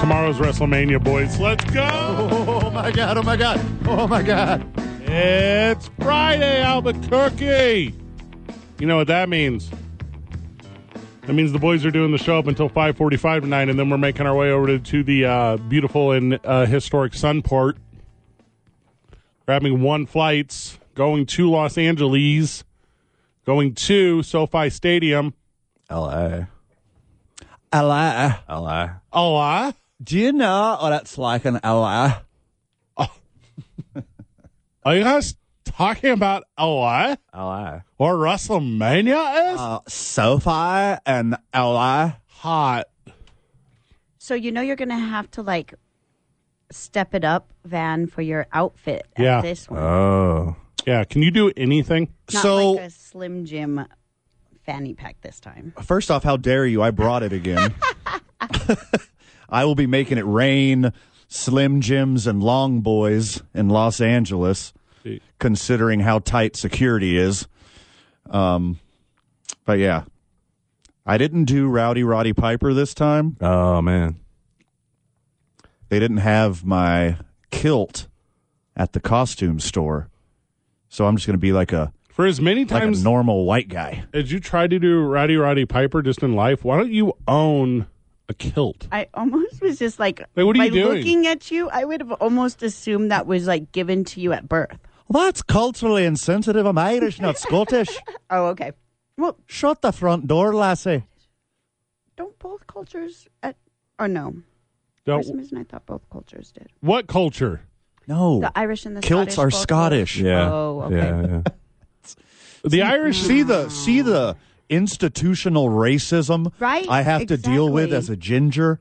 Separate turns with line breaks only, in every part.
Tomorrow's WrestleMania, boys. Let's go!
Oh my god! Oh my god! Oh my god!
It's Friday, Albuquerque! You know what that means? That means the boys are doing the show up until 5:45 tonight, and then we're making our way over to, to the uh, beautiful and uh, historic Sunport, grabbing one flights, going to Los Angeles, going to SoFi Stadium.
Hello.
Hello.
Hello.
Oh, I
Do you know what it's like in LA?
are you guys talking about LA
Hello.
or WrestleMania? Is
Uh, SoFi and LA?
hot.
So you know you're gonna have to like step it up, Van, for your outfit. At
Yeah.
This one,
Oh.
Yeah, can you do anything?
not
so-
like a Slim Jim fanny pack this time.
First off, how dare you? I brought it again. I will be making it rain, Slim Jims, and Long Boys in Los Angeles, considering how tight security is. Um, but yeah, I didn't do Rowdy Roddy Piper this time.
Oh man,
They didn't have my kilt at the costume store, so I'm just going to be like a
For as many
like a
times
normal white guy.
as you try to do Rowdy Roddy Piper just in life, why don't you own a kilt?
I almost was just like,
Like, what are
by
you doing?
looking at you, I would have almost assumed that was like given to you at birth.
Well, that's culturally insensitive. I'm Irish, not Scottish.
Oh, okay. Well,
Shut the front door, lassie.
don't both cultures at or no?
Now,
For some reason, I thought both cultures did.
what culture?
No.
The Irish and the
Kilts
Scottish
are
both were-
Scottish.
yeah,
Oh, okay.
yeah, yeah.
The Irish
See the see the institutional racism
Right,
I have to deal with as
exactly.
a ginger.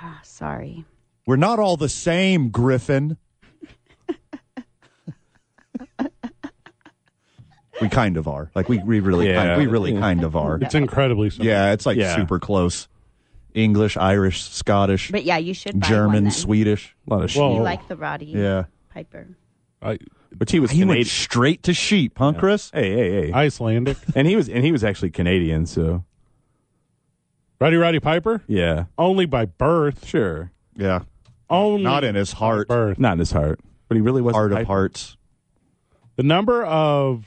Ah, sorry.
We're not all the same, Griffin. we kind of are. Like we, we really
Yeah.
kind, we really kind of are.
It's incredibly simple.
Yeah, it's like
Yeah.
super close. English, Irish, Scottish,
But yeah, you should buy one
German,
then.
Swedish.
A lot of shit.
Well-
You like the Roddy
Yeah.
Piper.
I,
But he was
He
Canadian.
went straight to sheep, huh, Chris?
hey, hey, hey.
Icelandic.
and he was and he was actually Canadian. So
Rowdy Roddy Piper?
yeah,
Only by birth.
sure,
Yeah.
Only
Not in his heart.
birth.
not in his heart, but he really was
Heart
Piper.
of hearts.
The number of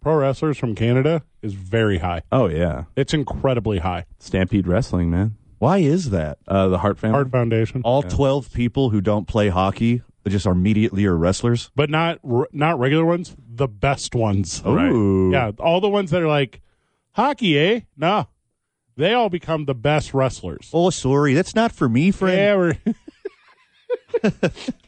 pro wrestlers from Canada is very high.
Oh yeah,
It's incredibly high.
Stampede Wrestling, man.
Why is that?
Uh, the Hart family.
Hard foundation,
All 12 people who don't play hockey they just are immediately are wrestlers.
but not r- not regular ones. The best ones.
Ooh.
Yeah, all the ones that are like hockey, eh? Nah, they all become the best wrestlers.
Oh, sorry. That's not for me, friend.
Yeah, we're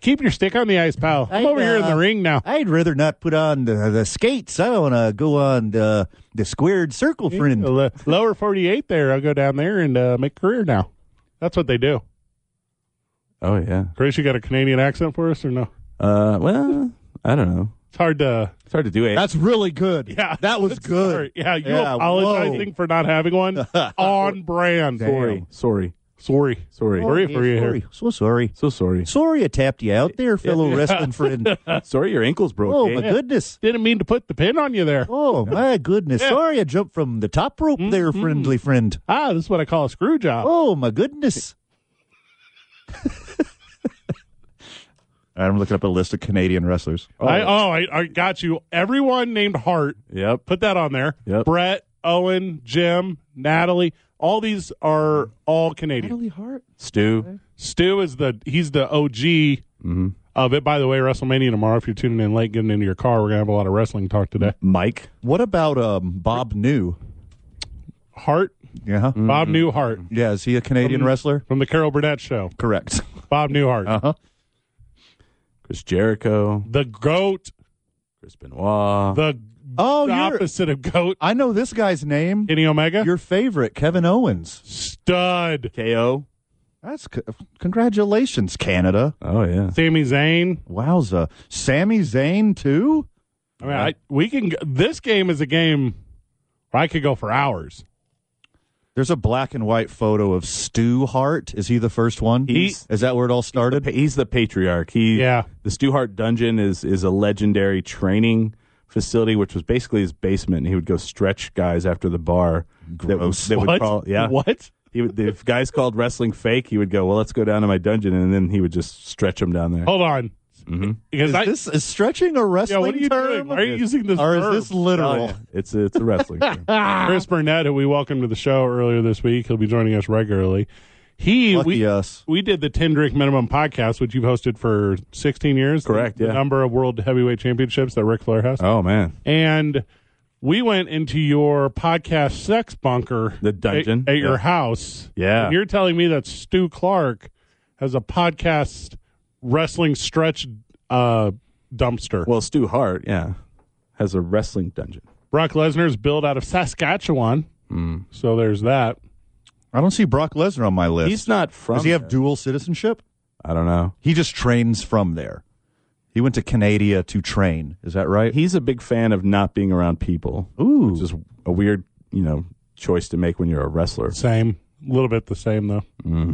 keep your stick on the ice, pal. I'm
I,
over here in
uh,
the ring now.
I'd rather not put on the, the skates. I want to go on the, the squared circle, friend.
L- Lower 48 there. I'll go down there and uh, make a career now. That's what they do.
Oh yeah.
Chris, you got a Canadian accent for us or no?
Uh, well, I don't know.
It's hard to.
It's hard to do eh? it.
That's really good.
Yeah.
That was good.
Sorry. Yeah, you
Uh, Yeah,
apologizing for not having one on brand.
sorry, sorry,
Sorry.
sorry,
Sorry for you here.
Sorry. So sorry.
So sorry.
Sorry I tapped you out there, fellow wrestling friend.
sorry, your ankle's broke.
Oh,
eh?
my goodness.
Didn't mean to put the pin on you there.
Oh, my goodness. Sorry I jumped from the top rope there, friendly friend.
Ah, this is what I call a screw job.
Oh my goodness. I'm looking up a list of Canadian wrestlers.
I, oh I, I got you. Everyone named Hart
Yep.
Put that on there.
Yep.
Brett, Owen, Jim, Natalie. All these are all Canadian.
Hart. Stu.
Stu is the he's the OG of it. By the way, WrestleMania tomorrow. If you're tuning in late, getting into your car, we're gonna have a lot of wrestling talk today.
Mike.
What about um, Bob New?
Hart,
Yeah.
Bob Newhart
Yeah, is he a Canadian wrestler?
from the Carol Burnett Show.
Correct.
Bob Newhart,
Uh-huh.
Chris Jericho.
the goat,
Chris Benoit.
the,
Oh,
the
you're,
opposite of goat.
I know this guy's name.
Kenny Omega,
Your favorite, Kevin Owens.
stud.
KO.
That's c- congratulations, Canada.
Oh yeah.
Sami Zayn.
Wowza, Sami Zayn too.
I mean, I, we can. g- This game is a game where I could go for hours.
There's a black and white photo of Stu Hart. Is he the first one?
He's-
Is that where it all started?
Pa- He's the patriarch. He
Yeah.
The Stuhart Dungeon is is a legendary training facility, which was basically his basement. And he would go stretch guys after the bar. That, would-
Gross.
that would
What?
call, yeah.
What?
He would, if guys called wrestling fake, he would go, "Well, let's go down to my dungeon," and then he would just stretch them down there.
Oh,
Hold on. Because I,
This Mm-hmm. is stretching a
yeah,
wrestling
what are you
term,
doing? Why are you using this?
or is
verb?
this literal?
It's a, it's a wrestling. term.
Chris Burnett, who we welcomed to the show earlier this week, he'll be joining us regularly. He
Lucky
we
uh, us.
we did the ten drink minimum podcast, which you've hosted for sixteen years.
Correct,
The, the
yeah.
number of world heavyweight championships that Ric Flair has,
Oh man,
and we went into your podcast sex bunker,
The dungeon,
at, at your
yeah.
house.
Yeah.
And you're telling me that Stu Clark has a podcast wrestling stretch uh, dumpster.
Well, Stu Hart, yeah, has a wrestling dungeon.
Brock Lesnar's built out of Saskatchewan,
Mm.
so there's that.
I don't see Brock Lesnar on my list.
He's not from.
Does he have
there.
dual citizenship?
I don't know.
He just trains from there. He went to Canada to train. Is that right?
He's a big fan of not being around people.
Ooh,
Which is a weird, you know, choice to make when you're a wrestler.
Same. A little bit the same, though.
Mm.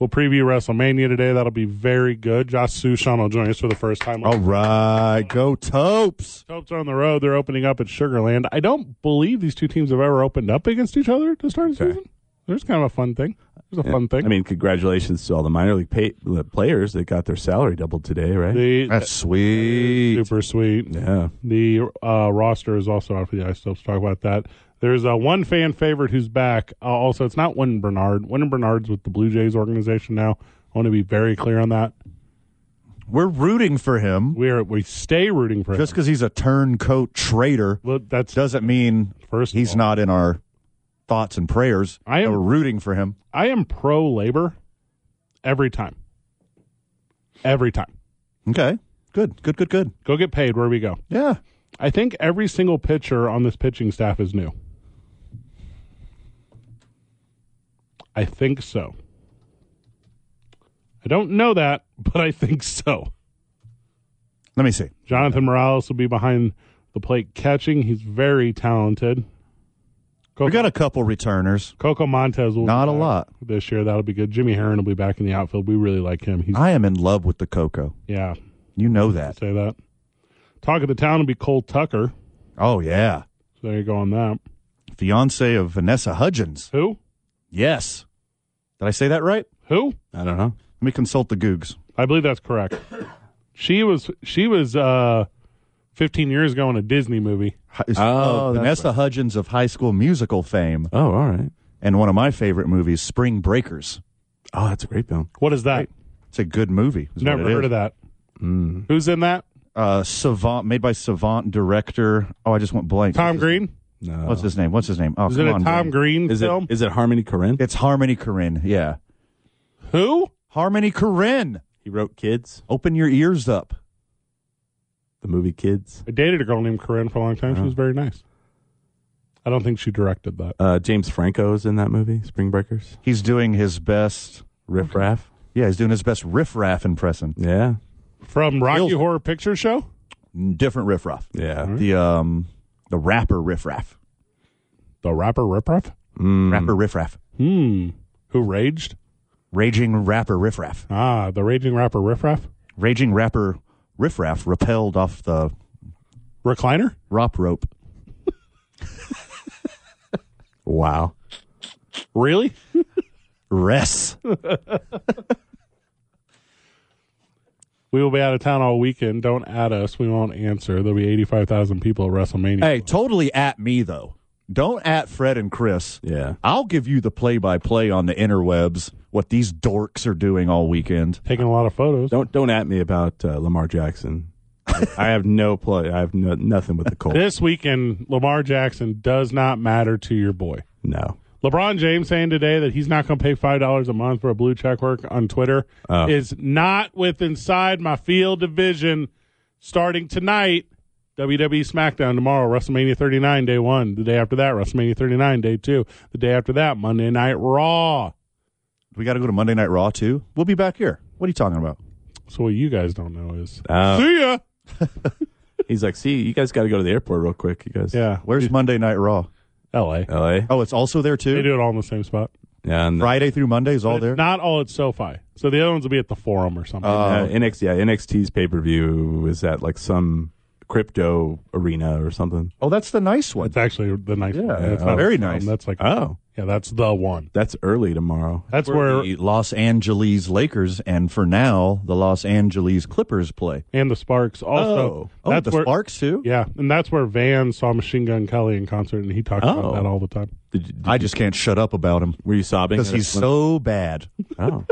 We'll preview WrestleMania today. That'll be very good. Josh Sushan will join us for the first time.
all right, go Topes.
Topes are on the road. They're opening up at Sugarland. I don't believe these two teams have ever opened up against each other to start the
Okay.
season. There's kind of a fun thing. There's a fun thing.
I mean, congratulations to all the minor league pay- the players that got their salary doubled today, right?
the,
That's sweet.
super sweet.
yeah.
The uh, roster is also off the ice. So let's talk about that. There's uh, one fan favorite who's back. Uh, also, it's not Wyndon Bernard. Wyndon Bernard's with the Blue Jays organization now. I want to be very clear on that.
We're rooting for him
We're we stay rooting for
just
him.
because he's a turncoat traitor.
Look, that's
Doesn't mean
First of
he's
all-
not in our thoughts and prayers.
Oh. I am-
We're rooting for him.
I am pro labor every time. Every time.
Okay, good, good, good, good.
Go get paid where we go.
Yeah,
I think every single pitcher on this pitching staff is new. I think so. I don't know that, but I think so.
let me see.
Jonathan Morales will be behind the plate catching. He's very talented. Coco,
We got a couple returners.
Coco Montez will
Not
be
a
back
lot.
this year. That'll be good. Jimmy Heron will be back in the outfield. We really like him. He's
I am in love with the Coco.
yeah.
You know that.
say that. Talk of the town will be Cole Tucker.
Oh yeah,
So there you go on that.
fiance of Vanessa Hudgens.
Who?
Yes. Did I say that right?
Who?
I don't know.
Let me consult the Googs.
I believe that's correct. she was she was uh, 15 years ago in a Disney movie.
Hi- is- uh,
Oh, that's
Vanessa Hudgens of High School Musical fame,
Oh, all right.
and one of my favorite movies, Spring Breakers.
Oh, that's a great film.
What is that?
It's a good movie. is
Never
what it
heard
is.
of that.
Hmm.
Who's in that?
Uh, savant, made by savant director. Oh, I just went blank.
Tom
What's his-
Green?
No.
What's his name? What's his name? Oh,
Is
come
it a
on,
Tom
Wayne.
Green
Is it?
film?
Is it Harmony Korine?
It's Harmony Korine. Yeah,
Who?
Harmony Korine.
he wrote Kids,
Open your ears up.
the movie Kids.
I dated a girl named Corinne for a long time. She was
Uh-huh.
very nice. I don't think she directed that.
Uh, James Franco is in that movie, Spring Breakers.
He's doing his best.
Riff Raff.
Yeah, he's doing his best riffraff impression.
Yeah.
From Rocky
Kills it.
Horror Picture Show?
Different riffraff.
Yeah.
The um, the rapper riffraff.
The rapper Rip Raff? Mm-hmm.
Rapper riffraff.
Hmm. Who raged?
Raging rapper riffraff.
Ah, the raging rapper Riff Raff?
Raging rapper riffraff rappelled off the
Recliner?
rop rope.
Wow.
Really?
Ress.
We will be out of town all weekend. Don't add us. We won't answer. There'll be 85,000 people at WrestleMania.
Hey, totally at me though. Don't at Fred and Chris.
Yeah.
I'll give you the play by play on the interwebs what these dorks are doing all weekend.
Taking a lot of photos.
Don't don't at me about uh, Lamar Jackson. I, I have no play. I have no, nothing with the Colts.
This weekend, Lamar Jackson does not matter to your boy.
No.
LeBron James saying today that he's not going to pay $5 a month for a blue check work on Twitter
Oh.
is not with inside my field of vision starting tonight. WWE SmackDown tomorrow, WrestleMania 39, day one. The day after that, WrestleMania 39, day two. The day after that, Monday Night Raw.
We got to go to Monday Night Raw too. We'll be back here. What are you talking about?
So what you guys don't know is
Uh,
see ya.
He's like, see, you guys got to go to the airport real quick. You guys,
Yeah,
Where's Monday Night Raw?
L.A.
L.A.
Oh, it's also there
They
too.
do it all in the same spot.
Yeah, and
Friday through Monday is all
It's
there.
Not all at SoFi. So the other ones will be at the Forum or something.
uh, NX, yeah, NXT's pay per view is at like some crypto arena or something.
Oh, that's the nice one.
it's actually the nice. one. That's
yeah,
not
very
a Forum.
nice.
That's like
Oh,
yeah, that's the one.
that's early tomorrow.
That's where,
the Los Angeles Lakers and for now the Los Angeles Clippers play.
and the Sparks also.
oh, oh,
that's
the
where,
Sparks too.
Yeah, and that's where Van saw Machine Gun Kelly in concert, and he talks
Oh.
about that all the time.
Did, did,
I just can't shut up about him
were you sobbing?
because he's so bad.
Oh,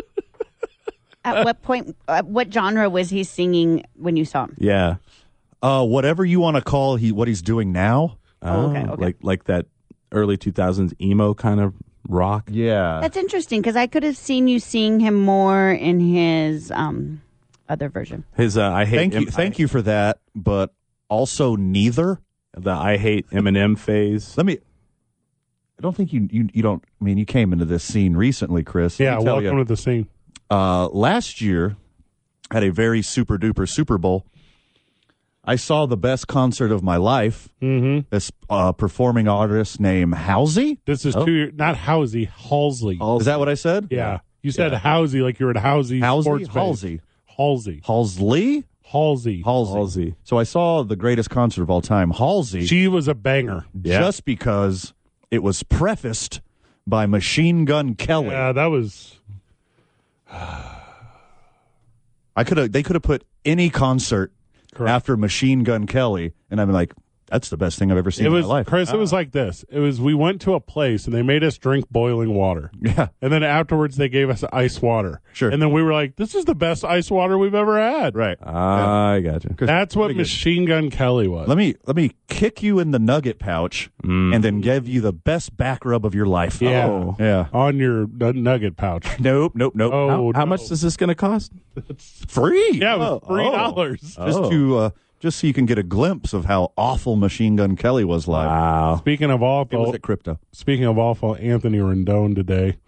At what point? At what genre was he singing when you saw him?
yeah.
Uh, whatever you want to call he what he's doing now.
Oh, okay, okay.
Like like that early two thousands emo kind of rock.
Yeah,
That's interesting because I could have seen you seeing him more in his um, other version.
His uh, I hate
thank you,
Em-
thank you for that. But also neither.
the I hate Eminem phase.
Let me. I don't think you you you don't. I mean, you came into this scene recently, Chris. Let
Yeah,
me tell
welcome
you.
to the scene.
uh, last year at a very super duper Super Bowl. I saw the best concert of my life. Mm-hmm. This uh, performing artist named Halsey.
This is two year, not Housey, Halsey.
Is that what I said?
yeah. You said Housey like you were at Housey
Halsey?
Sports Base.
Halsey.
Halsey.
Halsley?
Halsey.
Halsey.
Halsey.
So I saw the greatest concert of all time, Halsey,
She was a banger.
just because it was prefaced by Machine Gun Kelly.
Yeah, that was
I could have. They could have put any concert
Correct.
after Machine Gun Kelly, and I'm like, that's the best thing I've ever seen
it
in
was
my life. Ah.
Chris, it was like this. It was we went to a place and they made us drink boiling water.
yeah.
And then afterwards they gave us ice water.
Sure.
And then we were like, This is the best ice water we've ever had.
Right.
Ah, I gotcha.
That's what
Pretty good.
Machine Gun Kelly was.
Let me let me kick you in the nugget pouch
Mm.
and then give you the best back rub of your life.
Yeah.
Oh. Yeah.
On your n- nugget pouch.
Nope, nope, nope.
Oh,
How, how
no.
much is this going to cost?
Free.
Yeah, it was
Oh,
three
oh.
dollars.
Just to uh, just so you can get a glimpse of how awful Machine Gun Kelly was live.
Wow.
Speaking of
It was
awful,
at crypto.
speaking of awful, Anthony Rendon today.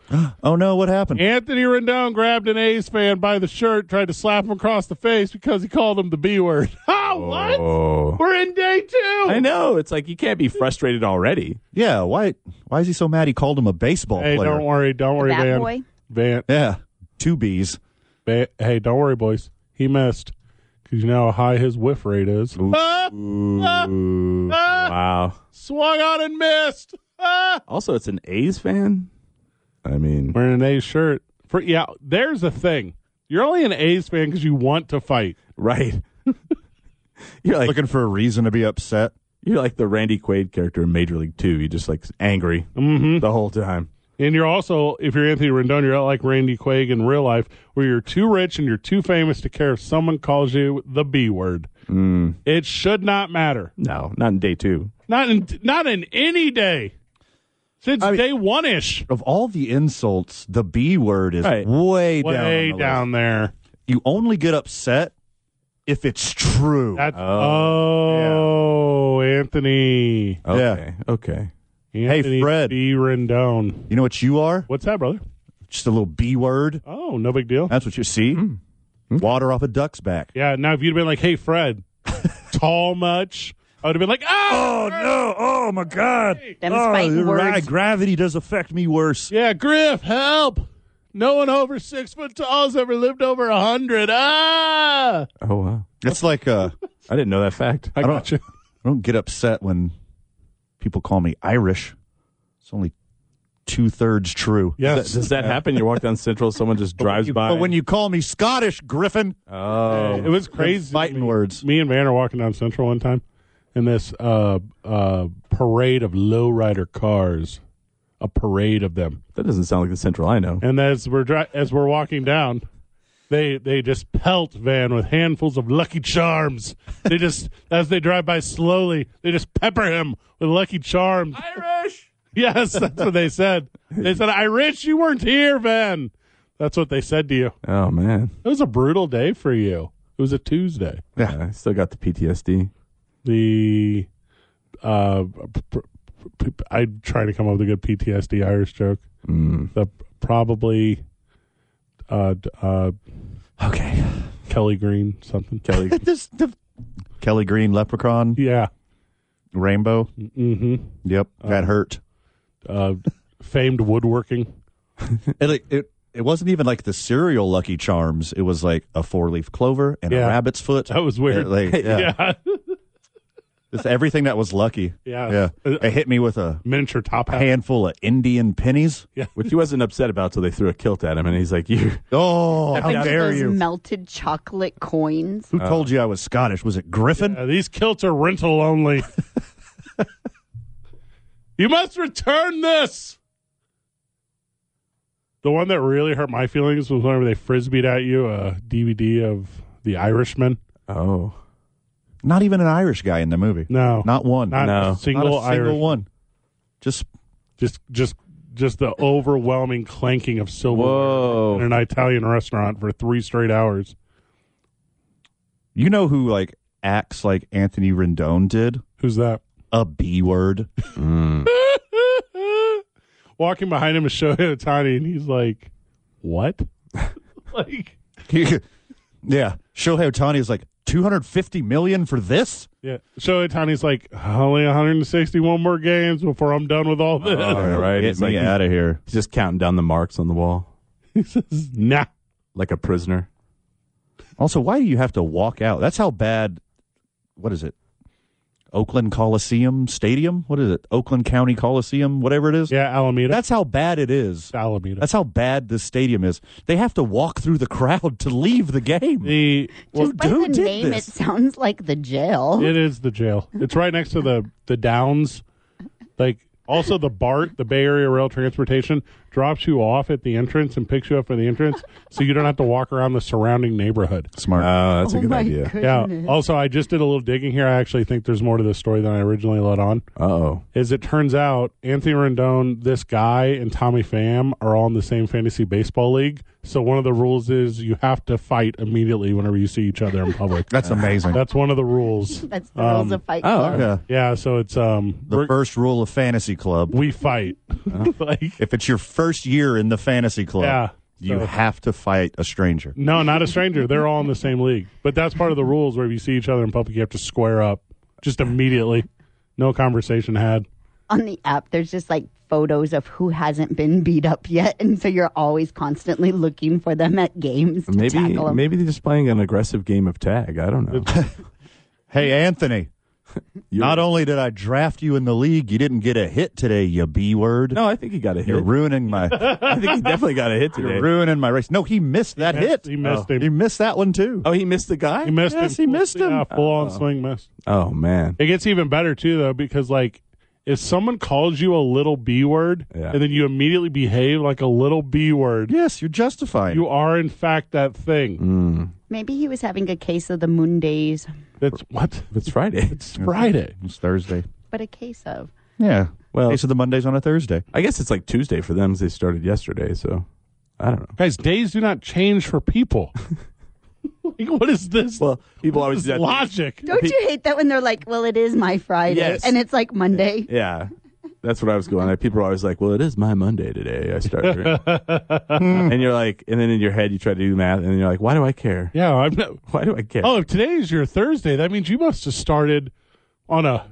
Oh no, what happened?
Anthony Rendon grabbed an A's fan by the shirt, tried to slap him across the face because he called him the B word. Oh, what?
Oh.
We're in day two.
I know. It's like you can't be frustrated already.
yeah, why why is he so mad he called him a baseball
Hey,
player?
don't worry, don't worry,
That
Van.
boy.
Van,
Yeah. Two B's.
Van- Hey, don't worry, boys. He missed because you know how high his whiff rate is. Ah, ah, ah,
Wow.
swung on and missed. Ah.
Also, it's an A's fan. I mean,
Wearing an A's shirt. For, yeah, there's a thing. You're only an A's fan because you want to fight.
right? you're like
Looking for a reason to be upset.
you're like the Randy Quaid character in Major League Two. You're just like angry
Mm-hmm.
the whole time.
And you're also, if you're Anthony Rendon, you're not like Randy Quaig in real life, where you're too rich and you're too famous to care if someone calls you the B word.
Hmm.
It should not matter.
No, not in day two.
Not in, not in any day since
I mean-
day one ish.
Of all the insults, the B word is
Right.
way, down. on
Way
the list.
down there.
You only get upset if it's true.
That's oh, Anthony.
Okay, okay.
Anthony
Fred.
B Rendon.
You know what you are?
What's that, brother?
Just a little B word.
Oh, no big deal.
That's what you see. Hmm. Water off a duck's back.
Yeah. Now, if you'd been like, "Hey, Fred, tall much," I would have been like, "Oh,
no! Oh my God!
Them fighting
Oh, you're right.
words.
Gravity does affect me worse.
Yeah, Griff, help! No one over six foot tall's ever lived over a hundred. Ah!
Oh wow,
It's like uh, I
I didn't know that fact.
I,
don't- don't get upset when people call me Irish. It's only two thirds true.
Yes.
Does, does that happen? You walk down Central, someone just drives by.
But when you call me Scottish Griffin,
oh,
it was crazy.
fighting
me,
words.
Me and Van are walking down Central one time, and this uh, uh, parade of lowrider cars, a parade of them.
that doesn't sound like the Central I know.
And as we're dri- as we're walking down, they they just pelt Van with handfuls of Lucky Charms. They just as they drive by slowly, they just pepper him with Lucky Charms.
Irish.
Yes, that's what they said. They said, "Irish, you weren't here, Van." That's what they said to you.
Oh man,
It was a brutal day for you. It was a Tuesday.
yeah, I still got the PTSD.
The uh, p- p- Mm. p- I'm trying to come up with a good PTSD Irish joke. The probably uh, d- uh,
Okay.
Kelly Green something.
Kelly.
this the Kelly Green Leprechaun
Yeah.
Rainbow.
Mm-hmm.
Yep, that hurt.
Uh, famed woodworking.
It, like, it it wasn't even like the cereal Lucky Charms. It was like a four leaf clover and
Yeah.
a rabbit's foot.
That was weird.
It, like, yeah,
Yeah.
Just everything that was lucky.
Yeah. Uh,
yeah. It hit me with a
Miniature top hat.
handful of Indian pennies.
which he wasn't upset about till they threw a kilt at him, and he's like, "You,
Oh,
Like
how dare
those
you!
melted chocolate coins.
Who told you I was Scottish? Was it Griffin?
Uh, these kilts are rental only. you must return this. The one that really hurt my feelings was whenever they frisbeed at you a DVD of The Irishman.
oh,
Not even an Irish guy in the movie.
No,
Not one.
not
no.
a
Not
Not
single
a single
Irish.
one. Just
Just, just, just the overwhelming clanking of silver in
whoa,
an Italian restaurant for three straight hours.
you know who like acts like Anthony Rendon did
Who's that?
a B word.
Walking behind him is Shohei Otani, and he's like, "What?" like,
yeah, Shohei Otani is like 250 million for this.
Yeah. So Tony's like, only 161 more games before I'm done with all this.
all right,
Get
he's
me
like,
out of here.
he's just counting down the marks on the wall
he says, nah.
like a prisoner."
Also, why do you have to walk out? That's how bad. What is it? Oakland Coliseum Stadium. What is it? Oakland County Coliseum. Whatever it is.
Yeah, Alameda.
That's how bad it is.
Alameda.
That's how bad this stadium is. They have to walk through the crowd to leave the game.
the
Well,
Just by
who
the
did
name,
this?
it sounds like the jail.
it is the jail. It's right next to the the Downs. Like also the BART, the Bay Area Rail Transportation, drops you off at the entrance and picks you up at the entrance, so you don't have to walk around the surrounding neighborhood.
Oh,
Smart.
that's
oh
a good
my
idea.
Yeah.
goodness.
Also, I just did a little digging here. I actually think there's more to this story than I originally let on.
Uh oh,
As it turns out, Anthony Rendon, this guy, and Tommy Pham are all in the same fantasy baseball league. So one of the rules is you have to fight immediately whenever you see each other in public.
That's amazing.
That's one of the rules.
That's the
Um,
rules of Fight Club.
yeah.
Yeah, so it's um
The
we're-
first rule of fantasy club.
we fight.
Uh-huh.
like
If it's your first year in the fantasy club,
Yeah.
you
So-
have to fight a stranger.
no, not a stranger. They're all in the same league. But that's part of the rules where if you see each other in public, you have to square up just immediately. No conversation had.
On the app, there's just like photos of who hasn't been beat up yet, and so you're always constantly looking for them at games to
maybe
tackle 'em.
maybe they're just playing an aggressive game of tag. I don't know.
Hey, Anthony.
You're-
Not only did I draft you in the league, you didn't get a hit today, you B word.
no, I think he got a
You're
hit.
ruining my
I think he definitely got a hit
you're
today.
ruining my race. No, he missed that
missed-
hit.
he missed
oh.
him.
He missed that one too.
Oh, he missed the guy.
He missed
Yes,
him.
he missed him.
Yeah, full on swing miss.
Oh man,
It gets even better too, though, because like if someone calls you a little b word
Yeah.
and then you immediately behave like a little b word,
Yes, you're justified.
you are in fact that thing.
Mm.
Maybe he was having a case of the Mondays,
That's what
it's Friday.
it's Friday.
it's Thursday.
but a case of.
Yeah.
Well-
Case of the Mondays on a Thursday.
I guess it's like Tuesday for them. 'cause They started yesterday, so I don't know.
Guys, days do not change for people. like, what is this?
Well, people
What
always
is
do that.
logic.
Don't you hate that when they're like, "Well, it is my Friday,"
Yes.
and it's like Monday?
Yeah, that's what I was going. At. People are always like, "Well, it is my Monday today. I started," and you're like, and then in your head you try to do math, and you're like, "Why do I care?
Yeah, I'm not.
Why do I care?"
Oh, if today is your Thursday, that means you must have started on a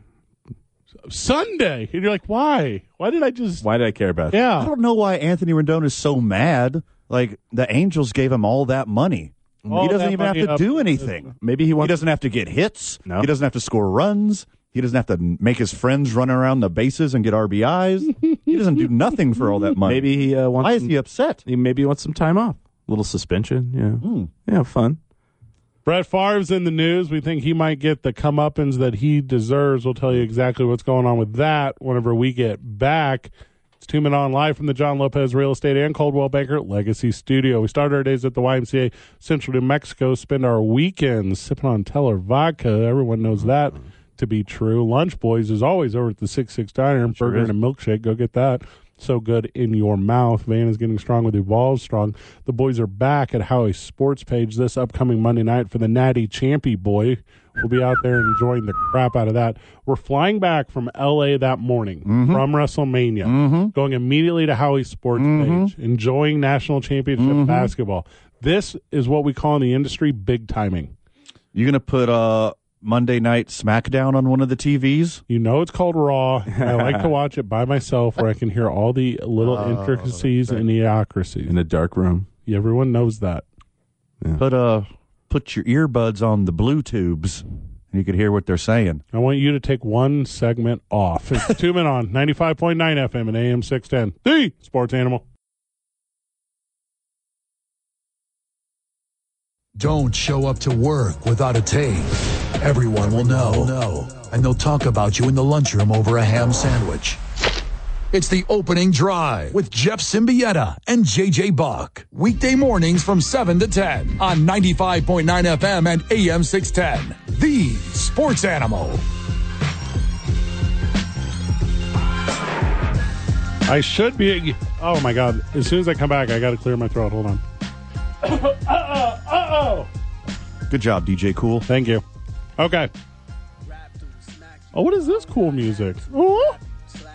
Sunday, and you're like, why? Why did I just?
why did I care about? it?
I
Yeah.
don't know why Anthony Rendon is so mad. Like the Angels gave him all that money.
All
he doesn't
that
even have
money
to
up-
do anything.
Maybe he
He
wants.
doesn't have to get hits.
No.
He doesn't have to score runs. He doesn't have to make his friends run around the bases and get RBIs. he doesn't do nothing for all that money.
Maybe he uh, wants.
why is
some-
he upset?
he maybe wants some time off. A little suspension. Yeah. Yeah. Fun.
Brett Favre's in the news. We think he might get the comeuppance that he deserves. We'll tell you exactly what's going on with that whenever we get back. It's Two Men On live from the John Lopez Real Estate and Coldwell Banker Legacy Studio. We start our days at the YMCA Central New Mexico, spend our weekends sipping on Teller vodka. Everyone knows that to be true. Lunch Boys is always over at the 6-6 Diner. Burger and a milkshake. Go get that. So good in your mouth. Van is getting strong with Evolve Strong. The boys are back at Howie's Sports Page this upcoming Monday night for the Natty Champy Boy. We'll be out there enjoying the crap out of that. We're flying back from LA that morning from WrestleMania, going immediately to Howie's sports page, enjoying national championship basketball. This is what we call in the industry big timing.
You gonna put uh Monday night SmackDown on one of the TVs?
You know it's called Raw. and I like to watch it by myself where I can hear all the little intricacies and idiocracies.
in a dark room.
Everyone knows that.
Put uh put your earbuds on the blue tubes and you could hear what they're saying.
I want you to take one segment off. It's two men on 95.9 FM and AM 610. The sports animal.
Don't show up to work without a tape. Everyone will know. And they'll talk about you in the lunchroom over a ham sandwich. It's the opening drive with Jeff Symbieta and JJ Buck. Weekday mornings from 7 to 10 on 95.9 FM and AM 610. The sports animal.
I should be. Oh my God. As soon as I come back, I got to clear my throat. Hold on.
Good job, DJ Cool.
Thank you. Okay. Oh, what is this cool music? Oh,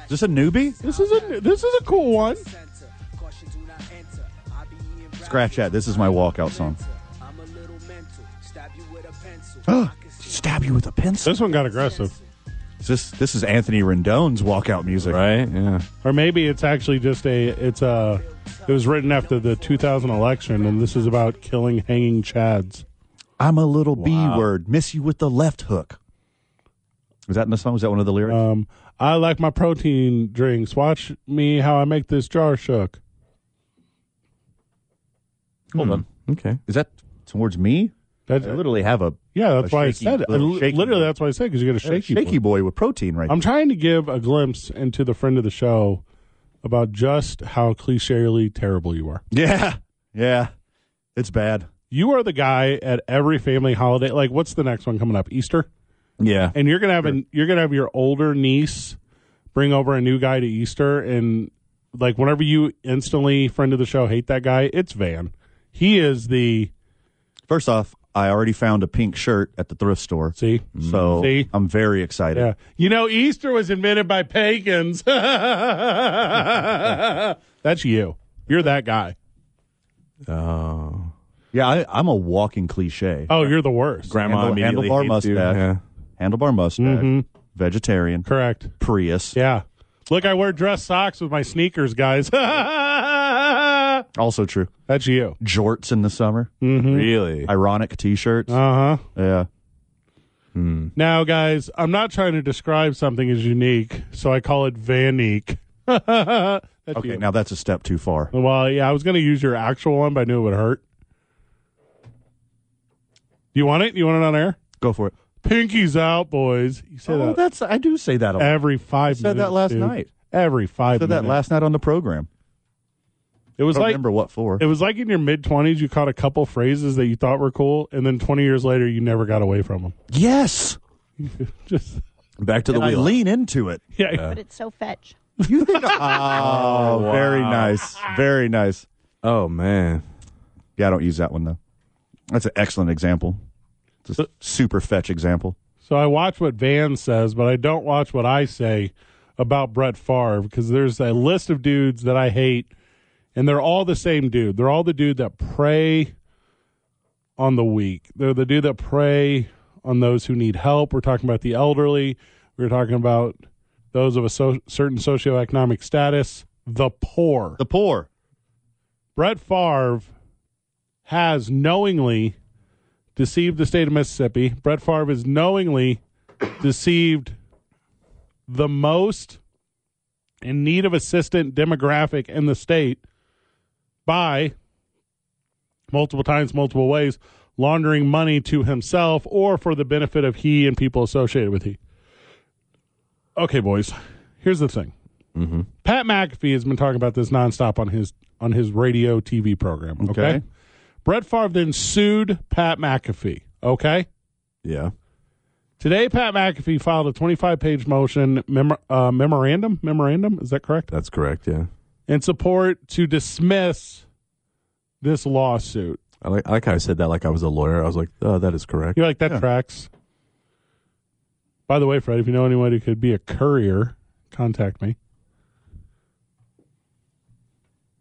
Is this a newbie?
this is a this is a cool one.
Scratch that. This is my walkout song. Stab you with a pencil.
This one got aggressive,
Is This this is Anthony Rendone's walkout music.
Right? Yeah.
or maybe it's actually just a it's a it was written after the 2000 election, and this is about killing hanging chads.
I'm a little B word. Miss you with the left hook. Was that in the song? Was that one of the lyrics?
Um, I like my protein drinks. Watch me how I make this jar shook.
Hold on.
Okay.
Hmm. Is that towards me?
That's
I literally have a
yeah, that's
a
why
shaky-
I said it. I
little
li-
shaky
literally,
boy.
that's why I said because you got a shaky.
boy.
boy.
with protein right
I'm
there.
trying to give a glimpse into the friend of the show about just how clichély terrible you are.
Yeah. Yeah. It's bad.
You are the guy at every family holiday. Like, what's the next one coming up? Easter,
Yeah.
and you're gonna have an, you're gonna have your older niece bring over a new guy to Easter, and like whenever you instantly friend of the show hate that guy, it's Van. He is the
First off, I already found a pink shirt at the thrift store.
see
So
See?
I'm very excited.
Yeah. You know, Easter was invented by pagans. That's you. You're that guy.
Oh.
Yeah, I, I'm a walking cliche.
Oh, you're the worst.
Grandma
Handle-
immediately
handlebar
hates you.
mustache.
Yeah.
Handlebar mustache, vegetarian,
Correct.
Prius.
Yeah. Look, I wear dress socks with my sneakers, guys. That's
Also true.
you.
Jorts in the summer.
Really?
Ironic t-shirts.
Uh huh.
yeah.
Now, guys, I'm not trying to describe something as unique, so I call it vanique. That's
Okay,
you.
now that's a step too far.
Well, yeah, I was going to use your actual one, but I knew it would hurt. You want it? You want it on air?
Go for it.
Pinky's out, boys. You say
Oh,
that
that's I do say that a lot.
every five.
said that
minutes,
last
dude.
night.
Every five.
said that
minutes.
last night on the program.
It was
I don't
like
remember what for.
it was like in your mid twenties, you caught a couple phrases that you thought were cool, and then twenty years later, you never got away from them.
yes.
Just
Back to the
And I
wheel.
lean into it.
yeah,
But it's so fetch.
Oh, very nice. Very nice.
Oh, man.
Yeah, I don't use that one though. That's an excellent example.
Uh,
It's a super fetch example.
So I watch what Van says, but I don't watch what I say about Brett Favre because there's a list of dudes that I hate, and they're all the same dude. They're all the dude that prey on the weak. They're the dude that prey on those who need help. We're talking about the elderly. We're talking about those of a so- certain socioeconomic status, the poor.
The poor.
Brett Favre has knowingly deceived the state of Mississippi. Brett Favre has knowingly deceived the most in need of assistance demographic in the state by multiple times, multiple ways, laundering money to himself or for the benefit of he and people associated with he. Okay, boys, here's the thing. Pat McAfee has been talking about this nonstop on his on his radio TV program. Okay.
Okay.
Brett Favre then sued Pat McAfee. Okay.
Yeah.
Today, Pat McAfee filed a 25 page motion mem- uh, memorandum. Memorandum, is that correct?
That's correct. Yeah.
In support to dismiss this lawsuit.
I like, I like how I said that like I was a lawyer. I was like, oh, that is correct.
You're like, that tracks. By the way, Fred, if you know anyone who could be a courier, contact me.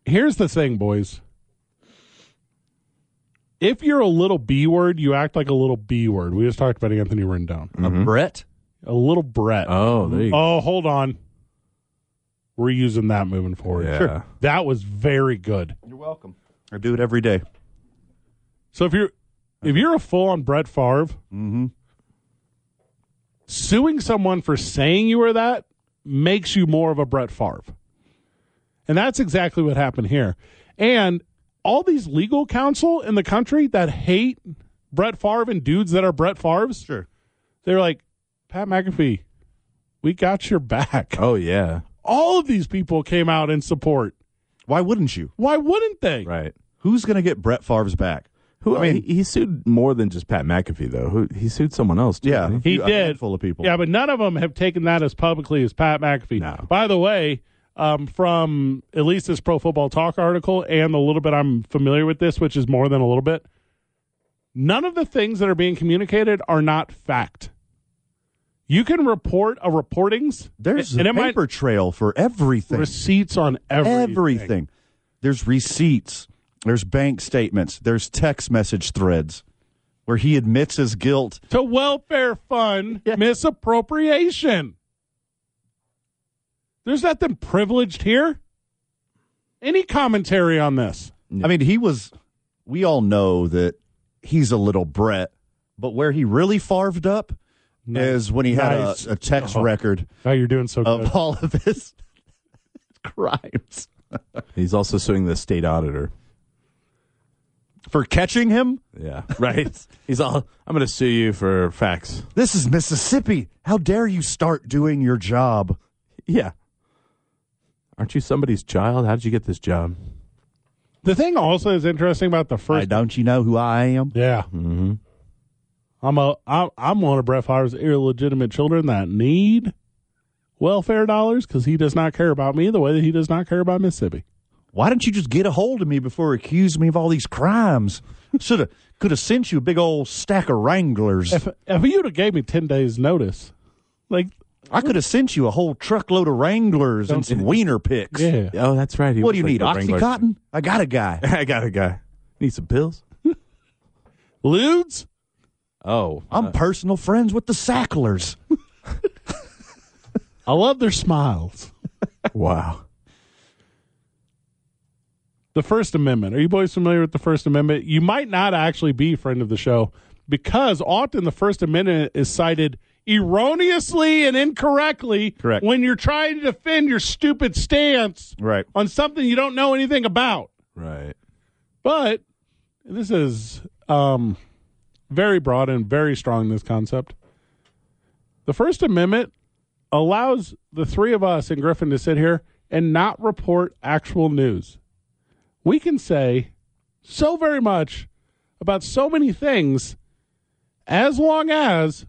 Here's the thing, boys. If you're a little B word, you act like a little B word. We just talked about Anthony Rendon.
A Brett?
A little Brett.
Oh, there you go.
Oh, hold on. We're using that moving forward.
Yeah. Sure.
That was very good.
You're welcome. I do it every day.
So if you're if you're a full on Brett Favre, suing someone for saying you were that makes you more of a Brett Favre. And that's exactly what happened here. And all these legal counsel in the country that hate Brett Favre and dudes that are Brett Favres, sure. They're like, Pat McAfee, we got your back.
Oh, yeah.
All of these people came out in support.
Why wouldn't you?
Why wouldn't they?
Right.
Who's going to get Brett Favre's back?
Who?
I mean-
he, he sued more than just Pat McAfee though. Who, he sued someone else. Too,
Yeah,
didn't
He
a
did.
handful of people.
Yeah, but none of them have taken that as publicly as Pat McAfee.
No.
By the way, um, from at least this Pro Football Talk article and the little bit I'm familiar with this, which is more than a little bit, none of the things that are being communicated are not fact. You can report a reportings.
There's
and
a
it might-
paper trail for everything.
receipts on everything.
everything. There's receipts. There's bank statements. There's text message threads where he admits his guilt.
to welfare fund misappropriation. There's nothing privileged here. Any commentary on this?
I mean, he was. We all know that he's a little Brett, but where he really farved up is when he had
Nice.
a, a text
Oh.
record
Oh, you're doing so good.
of all of his crimes
he? He's also suing the state auditor.
for catching him.
Yeah. Right. He's all. I'm going to sue you for facts.
This is Mississippi. How dare you start doing your job?
Yeah. Aren't you somebody's child? How did you get this job?
the thing also is interesting about the
Why
first.
don't you know who I am?
Yeah,
Mm-hmm.
I'm a I'm, I'm one of Brett Favre's illegitimate children that need welfare dollars because he does not care about me the way that he does not care about Mississippi.
Why didn't you just get a hold of me before accusing me of all these crimes? Should have could have sent you a big old stack of Wranglers.
If if you'd have gave me ten days notice, like
I could have sent you a whole truckload of Wranglers and some wiener picks.
yeah,
Oh, that's right. He
What
was
do you
like
need?
the Wrangler-
Oxycontin? I got a guy.
I got a guy. Need some pills?
lewds.
Oh,
Uh.
I'm personal friends with the Sacklers.
I love their smiles.
Uh,
wow.
The First Amendment. Are you boys familiar with the First Amendment? You might not actually be a friend of the show because often the First Amendment is cited erroneously and incorrectly
Correct.
when you're trying to defend your stupid stance
Right.
on something you don't know anything about.
Right.
But this is um, very broad and very strong, this concept. The First Amendment allows the three of us in Griffin to sit here and not report actual news. We can say so very much about so many things as long as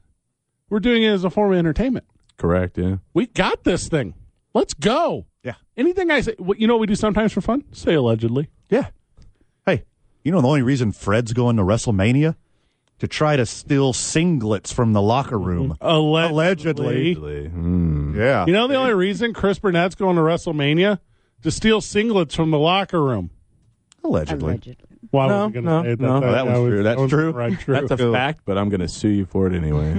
we're doing it as a form of entertainment.
Correct. Yeah.
We got this thing. Let's go.
Yeah.
Anything I say, what- you know what we do sometimes for fun? Say allegedly.
Yeah. Hey, you know the only reason Fred's going to WrestleMania? To try to steal singlets from the locker room. Allegedly. Yeah.
Mm.
Mm-hmm. You know the only reason Chris Burnett's going to WrestleMania to steal singlets from the locker room.
Allegedly.
Allegedly.
Well, I
No,
wasn't gonna
no,
say that.
no.
That was true. That's
that was
true.
Right, true.
That's a fact, but I'm going to sue you for it anyway.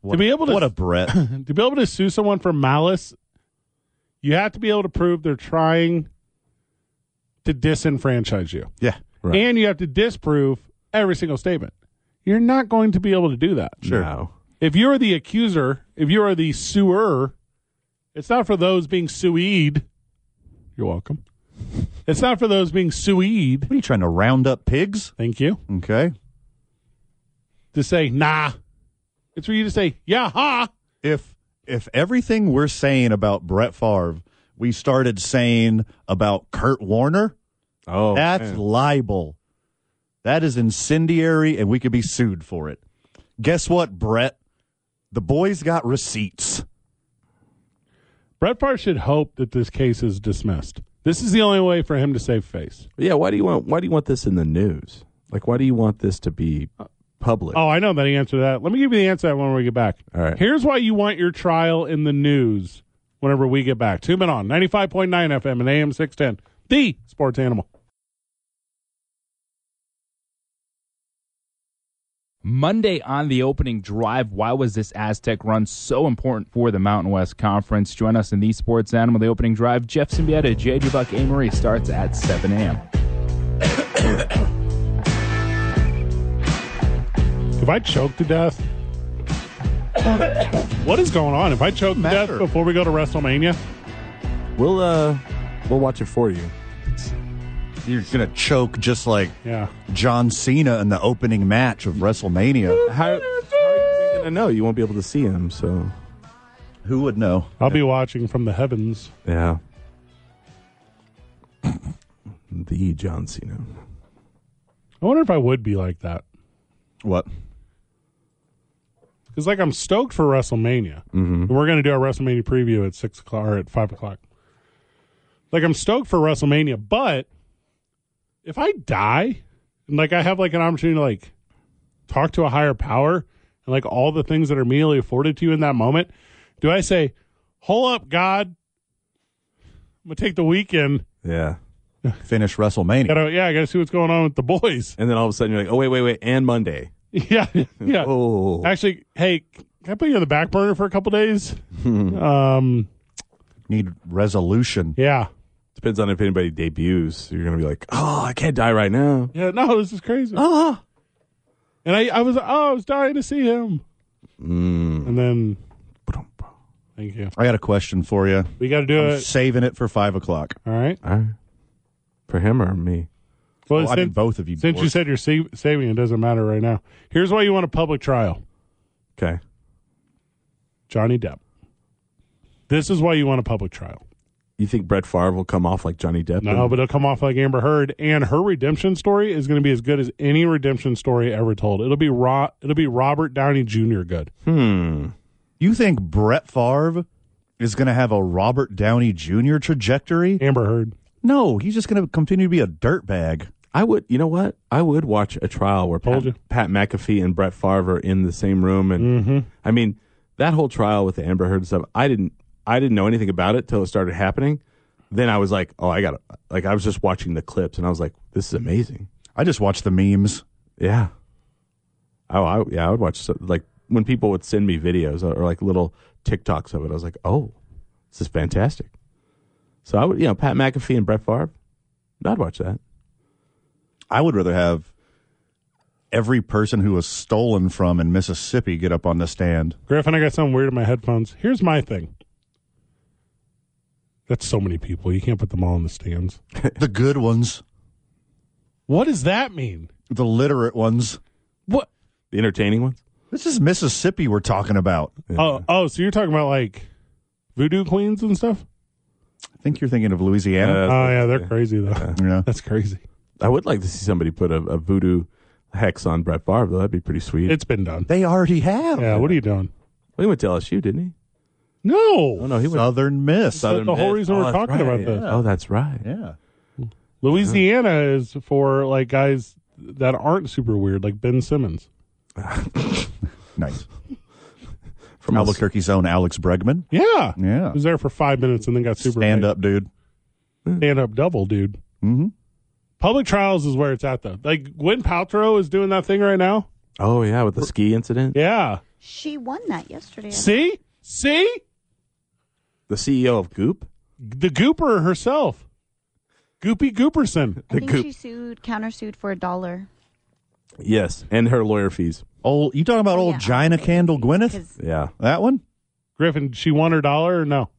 What,
To be able to-
what a Brett.
to be able to sue someone for malice, you have to be able to prove they're trying to disenfranchise you,
yeah.
Right.
and you have to disprove every single statement. You're not going to be able to do that.
No.
If you're the accuser, if you are the suer, it's not for those being sued. You're welcome. It's not for those being sued.
What are you trying to round up pigs?
Thank you.
Okay.
to say nah. It's for you to say yeah ha.
if if everything we're saying about Brett Favre we started saying about Kurt Warner,
Oh,
that's
man.
libel. That is incendiary and we could be sued for it. Guess what, Brett? The boys got receipts.
Brett Favre should hope that this case is dismissed. This is the only way for him to save face.
yeah. Why do you want? Why do you want this in the news? Like, why do you want this to be public.
Oh, I know the answer to that. Let me give you the answer to that when we get back.
All right.
Here's why you want your trial in the news whenever we get back. Tune in on 95.9 FM and AM 610, the sports animal.
Monday on the opening drive. Why was this Aztec run so important for the Mountain West Conference? Join us in the Sports Animal, the opening drive. Jeff Symbieta, JJ Buck, Amory starts at 7 a.m.
If I choke to death, what is going on? If I choke to death
Matter.
before we go to WrestleMania,
We'll uh, we'll watch it for you.
You're gonna choke just like
yeah.
John Cena in the opening match of WrestleMania.
How, how are you gonna know? You won't be able to see him. So
Who would know?
I'll be watching from the heavens.
yeah, the John Cena.
I wonder if I would be like that.
What?
Because like I'm stoked for WrestleMania. And We're gonna do our WrestleMania preview at six o'clock or at five o'clock. Like I'm stoked for WrestleMania, but if I die and like I have like an opportunity to like talk to a higher power and like all the things that are immediately afforded to you in that moment, do I say, "Hold up, God, I'm gonna take the weekend."
Yeah,
Finish WrestleMania.
Gotta, yeah, I gotta see what's going on with the boys.
and then all of a sudden you're like, oh wait, wait, wait, and Monday.
yeah, yeah.
Oh,
Actually, hey, can I put you on the back burner for a couple days? um,
Need resolution.
yeah.
depends on if anybody debuts. You're gonna be like, oh, I can't die right now.
Yeah, no, this is crazy.
Uh-huh.
And I, I was, oh, I was dying to see him.
Mm.
And then, thank you.
I got a question for you.
We got to do
I'm
it.
saving it for five o'clock.
All right.
All right. For him or
Well,
me?
Oh, I mean,
since,
both of you.
since you
dorks.
said you're sa- saving, it doesn't matter right now. Here's why you want a public trial,
Okay.
Johnny Depp. This is why you want a public trial.
You think Brett Favre will come off like Johnny Depp?
No,
and-
but it'll come off like Amber Heard, and her redemption story is going to be as good as any redemption story ever told. It'll be Ro- it'll be Robert Downey Jr. good.
you think Brett Favre is going to have a Robert Downey Jr. trajectory?
Amber Heard.
No, he's just going to continue to be a dirtbag.
I would. You know what? I would watch a trial where Pat,
Told you.
Pat McAfee and Brett Favre are in the same room, and
Mm-hmm.
I mean that whole trial with the Amber Heard stuff. I didn't. I didn't know anything about it till it started happening. Then I was like, oh, I got to like I was just watching the clips, and I was like, this is amazing.
I just watch the memes.
Yeah. Oh, I yeah, I would watch so, like when people would send me videos or, like little TikToks of it. I was like, oh, this is fantastic. So I would, you know, Pat McAfee and Brett Favre. I'd watch that.
I would rather have every person who was stolen from in Mississippi get up on the stand.
Griffin, I got something weird in my headphones. Here's my thing. That's so many people. You can't put them all in the stands.
the good ones,
What does that mean?
the literate ones.
What?
The entertaining ones.
This is Mississippi we're talking about.
Oh, oh, so you're talking about like voodoo queens and stuff?
I think you're thinking of Louisiana.
Uh,
oh, yeah, they're crazy, though.
yeah.
That's crazy.
I would like to see somebody put a, a voodoo hex on Brett Favre. Though. That'd be pretty sweet.
It's been done.
They already have.
Yeah, what are you doing?
well, he went to LSU, didn't he?
Oh, No.
Oh, no, he
Southern Miss.
Southern
the whole
Miss.
reason we're
that's
talking
right.
about this.
Oh, that's right.
Yeah.
Louisiana is for like guys that aren't super weird, like Ben Simmons.
Nice.
From
Albuquerque's own Alex Bregman.
Yeah.
Yeah.
He was there for five minutes and then got super
Stand
big.
up, dude.
stand up double, dude. Mm-hmm. Public trials is where it's at, though. Like Gwen Paltrow is doing that thing right now.
Oh yeah, with the ski incident.
Yeah.
She won that yesterday.
See, see,
The CEO of Goop.
the Gooper herself, Goopy Gooperson.
I think she sued, countersued for a dollar.
Yes, and her lawyer fees.
Old, you talking about old
Yeah.
Gina Candle Gwyneth?
'Cause
Yeah.
That one?
Griffin, she won her dollar or no?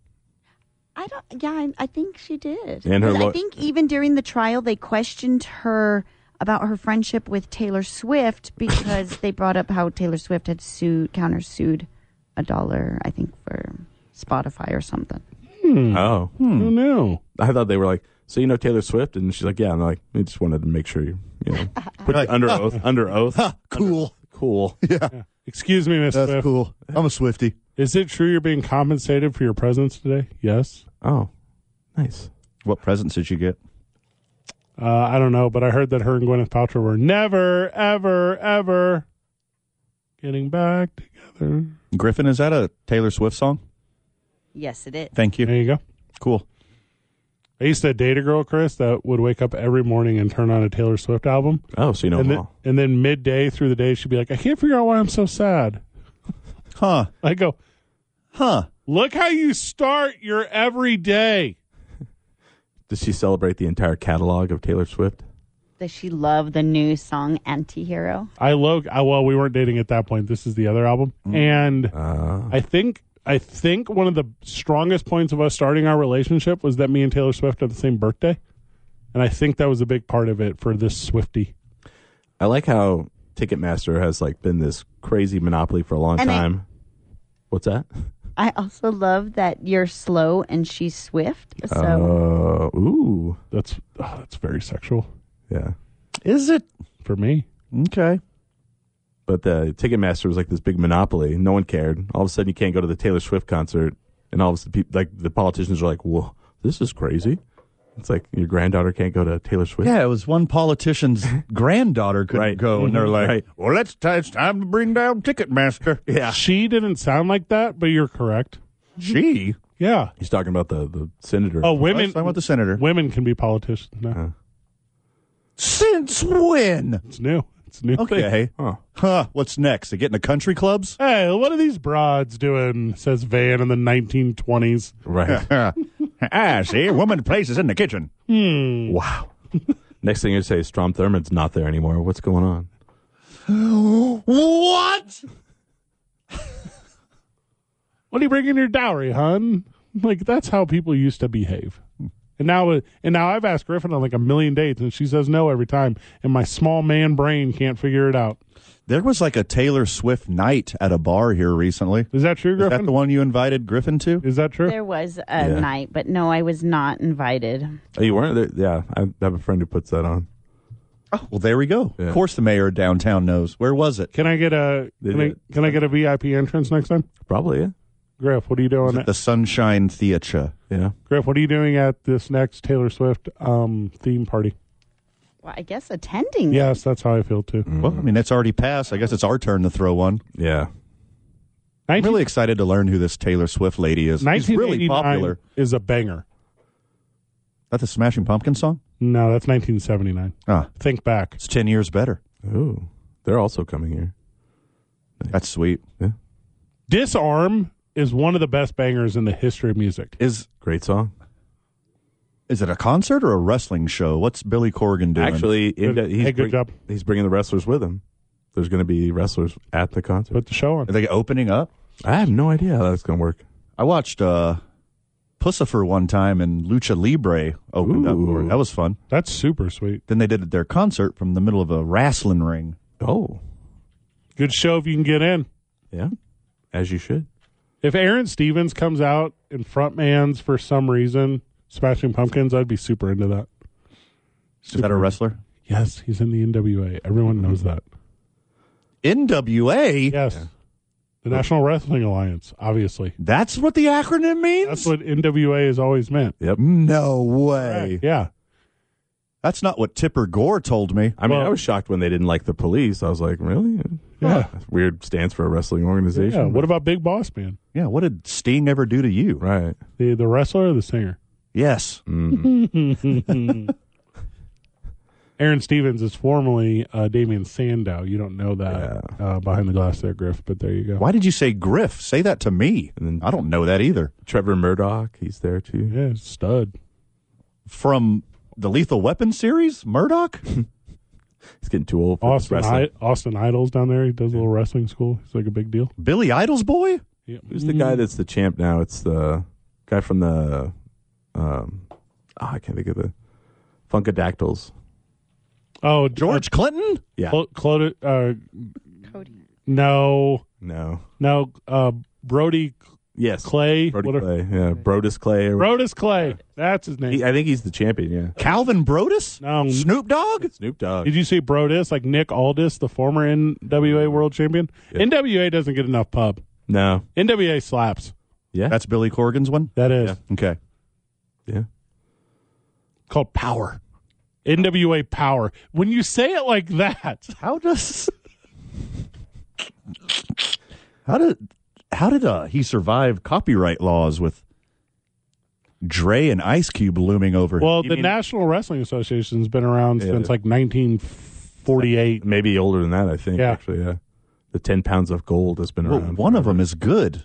I don't. Yeah, I, I think she did.
And her
'Cause
law-
I think even during the trial, they questioned her about her friendship with Taylor Swift because they brought up how Taylor Swift had sued, countersued a dollar, I think, for Spotify or something.
Hmm.
Oh.
Hmm.
Who knew?
I thought they were like, so you know Taylor Swift, and she's like, yeah. And I'm like, I just wanted to make sure you, you know, put you under oath, under oath,
Cool.
cool.
Excuse me, Miss
That's
Swift.
cool. I'm a Swifty.
Is it true you're being compensated for your presence today? Yes.
Oh, nice.
What presents did you get?
Uh, I don't know, but I heard that her and Gwyneth Paltrow were never, ever, ever Getting back together.
Griffin, is that a Taylor Swift song?
Yes, it is.
Thank
There
you.
you go.
Cool.
I used to date a girl, Chris, that would wake up every morning and turn on a Taylor Swift album.
Oh, so you know
and,
them
then,
all.
and then midday through the day, she'd be like, I can't figure out why I'm so sad.
Huh.
I go,
Huh.
Look how you start your every day.
Does she celebrate the entire catalog of Taylor Swift?
Does she love the new song Antihero?
I love. I, well, we weren't dating at that point. This is the other album, and
Uh-huh. Uh,
I think I think one of the strongest points of us starting our relationship was that me and Taylor Swift had the same birthday, and I think that was a big part of it for this Swifty.
I like how Ticketmaster has like been this crazy monopoly for a long
And I-
time. What's that?
I also love that you're slow and she's swift. So
Uh, ooh,
That's oh, that's very sexual
yeah.
Is it?
for me.
Okay.
But the Ticketmaster was like this big monopoly. No one cared. All of a sudden, you can't go to the Taylor Swift concert, and all of a sudden, people, like the politicians are like, "Whoa, this is crazy." It's like your granddaughter can't go to Taylor Swift.
Yeah, it was one politician's granddaughter couldn't
Right.
go, and they're like,
Right.
"Well, let's t- it's time to bring down Ticketmaster."
Yeah.
She didn't sound like that, but you're correct.
She.
Yeah.
He's talking about the the senator.
Oh, women.
Let's talk about the senator.
Women can be politicians now.
Since when?
It's new. It's a new. thing.
Okay.
Huh.
Huh. What's next? They get in the country clubs?
Hey, what are these broads doing? Says Van in the 1920s.
right.
ah, see, woman places in the kitchen.
Wow. Next thing you say, Strom Thurmond's not there anymore. What's going on?
What?
what do you bring in your dowry, hun? Like that's how people used to behave. And now, uh, and now I've asked Griffin on like a million dates, and she says no every time. And my small man brain can't figure it out.
There was like a Taylor Swift night at a bar here recently.
Is that true,
Is
Griffin?
that the one you invited Griffin to?
Is that true?
there was a
Yeah.
night, but no, I was not invited.
Oh, you weren't there? Yeah, I have a friend who puts that on.
Oh, well, there we go.
Yeah.
Of course, the mayor of downtown knows. Where was it?
Can I get a
They
can I,
did.
can I get a VIP entrance next time?
Probably, yeah.
Griff, what are you doing?
The Sunshine Theatre.
Yeah.
Griff, what are you doing at this next Taylor Swift um, theme party?
Well, I guess attending.
Yes, that's how I feel too.
Well, I mean, it's already passed. I guess it's our turn to throw one.
Yeah.
I'm
19-
really excited to learn who this Taylor Swift lady is. She's
1989
really popular.
is a banger.
That the Smashing Pumpkin song?
No, that's 1979.
Ah,
Think back.
it's 10 years better.
Ooh. They're also coming here.
That's sweet.
Disarm is one of the best bangers in the history of music.
Is
Great song.
is it a concert or a wrestling show? What's Billy Corgan doing?
Actually, in
Good-
he's,
hey, good
bring-
job.
he's bringing the wrestlers with him. There's going to be wrestlers at the concert.
Put the show on.
are they opening up?
I have no idea how that's going to work.
I watched uh, Pussifer one time and Lucha Libre opened up. for it.
Ooh.
That was fun.
That's super sweet.
Then they did their concert from the middle of a wrestling ring.
Oh,
Good show if you can get in.
yeah. As you should.
If Aaron Stevens comes out in frontman's for some reason, Smashing Pumpkins, I'd be super into that.
Is that a wrestler?
Yes, he's in the NWA. Everyone knows that.
NWA.
Yes. The National Wrestling Alliance, obviously.
That's what the acronym means.
That's what NWA has always meant.
no way.
Yeah.
That's not what Tipper Gore told me.
I mean,
Well-
I was shocked when they didn't like the police. I was like, really?
Yeah.
Weird stands for a wrestling organization.
Yeah. What about Big Boss Man?
Yeah, what did Sting ever do to you?
right. Mm.
The the wrestler or the singer?
Yes.
Aaron Stevens is formerly uh, Damian Sandow. You don't know that uh, behind the glass there, Griff, but there you go.
Why did you say Griff? Say that to me.
And then-
I don't know that either.
Trevor Murdoch, he's there too.
Yeah, stud.
From the Lethal Weapon series, Murdoch?
He's getting too old for this
Austin,
wrestling.
I, Austin Idol's down there. He does a little wrestling school. He's like a big deal.
Billy Idol's boy?
Who's the
Mm.
guy that's the champ now? It's the guy from the um oh, I can't think of the Funkadactyls.
Oh,
Uh,
George Clinton?
Yeah.
Clo- Clo- uh,
Cody.
no,
No.
no, uh, Brody
Yes.
Clay.
Brody
what are-
Clay. Yeah. Brodus Clay. or-
Brodus Clay. That's his name.
He- I think he's the champion, yeah.
Calvin Brodus?
No.
Snoop Dogg?
Snoop Dogg.
Did you see Brodus, like Nick Aldis, the former NWA world champion? NWA doesn't get enough pub.
no.
NWA slaps.
Yeah.
That's Billy Corgan's one?
That is
Okay.
yeah.
called power. NWA power. When you say it like that,
How does How did how did uh, he survive copyright laws with Dre and Ice Cube looming over?
Well,
You
the
mean-
National Wrestling Association's been around
Yeah.
since like 1948.
Maybe older than that, I think,
Yeah.
actually, yeah. The 10 pounds of gold has been
Well,
around.
one of them is good.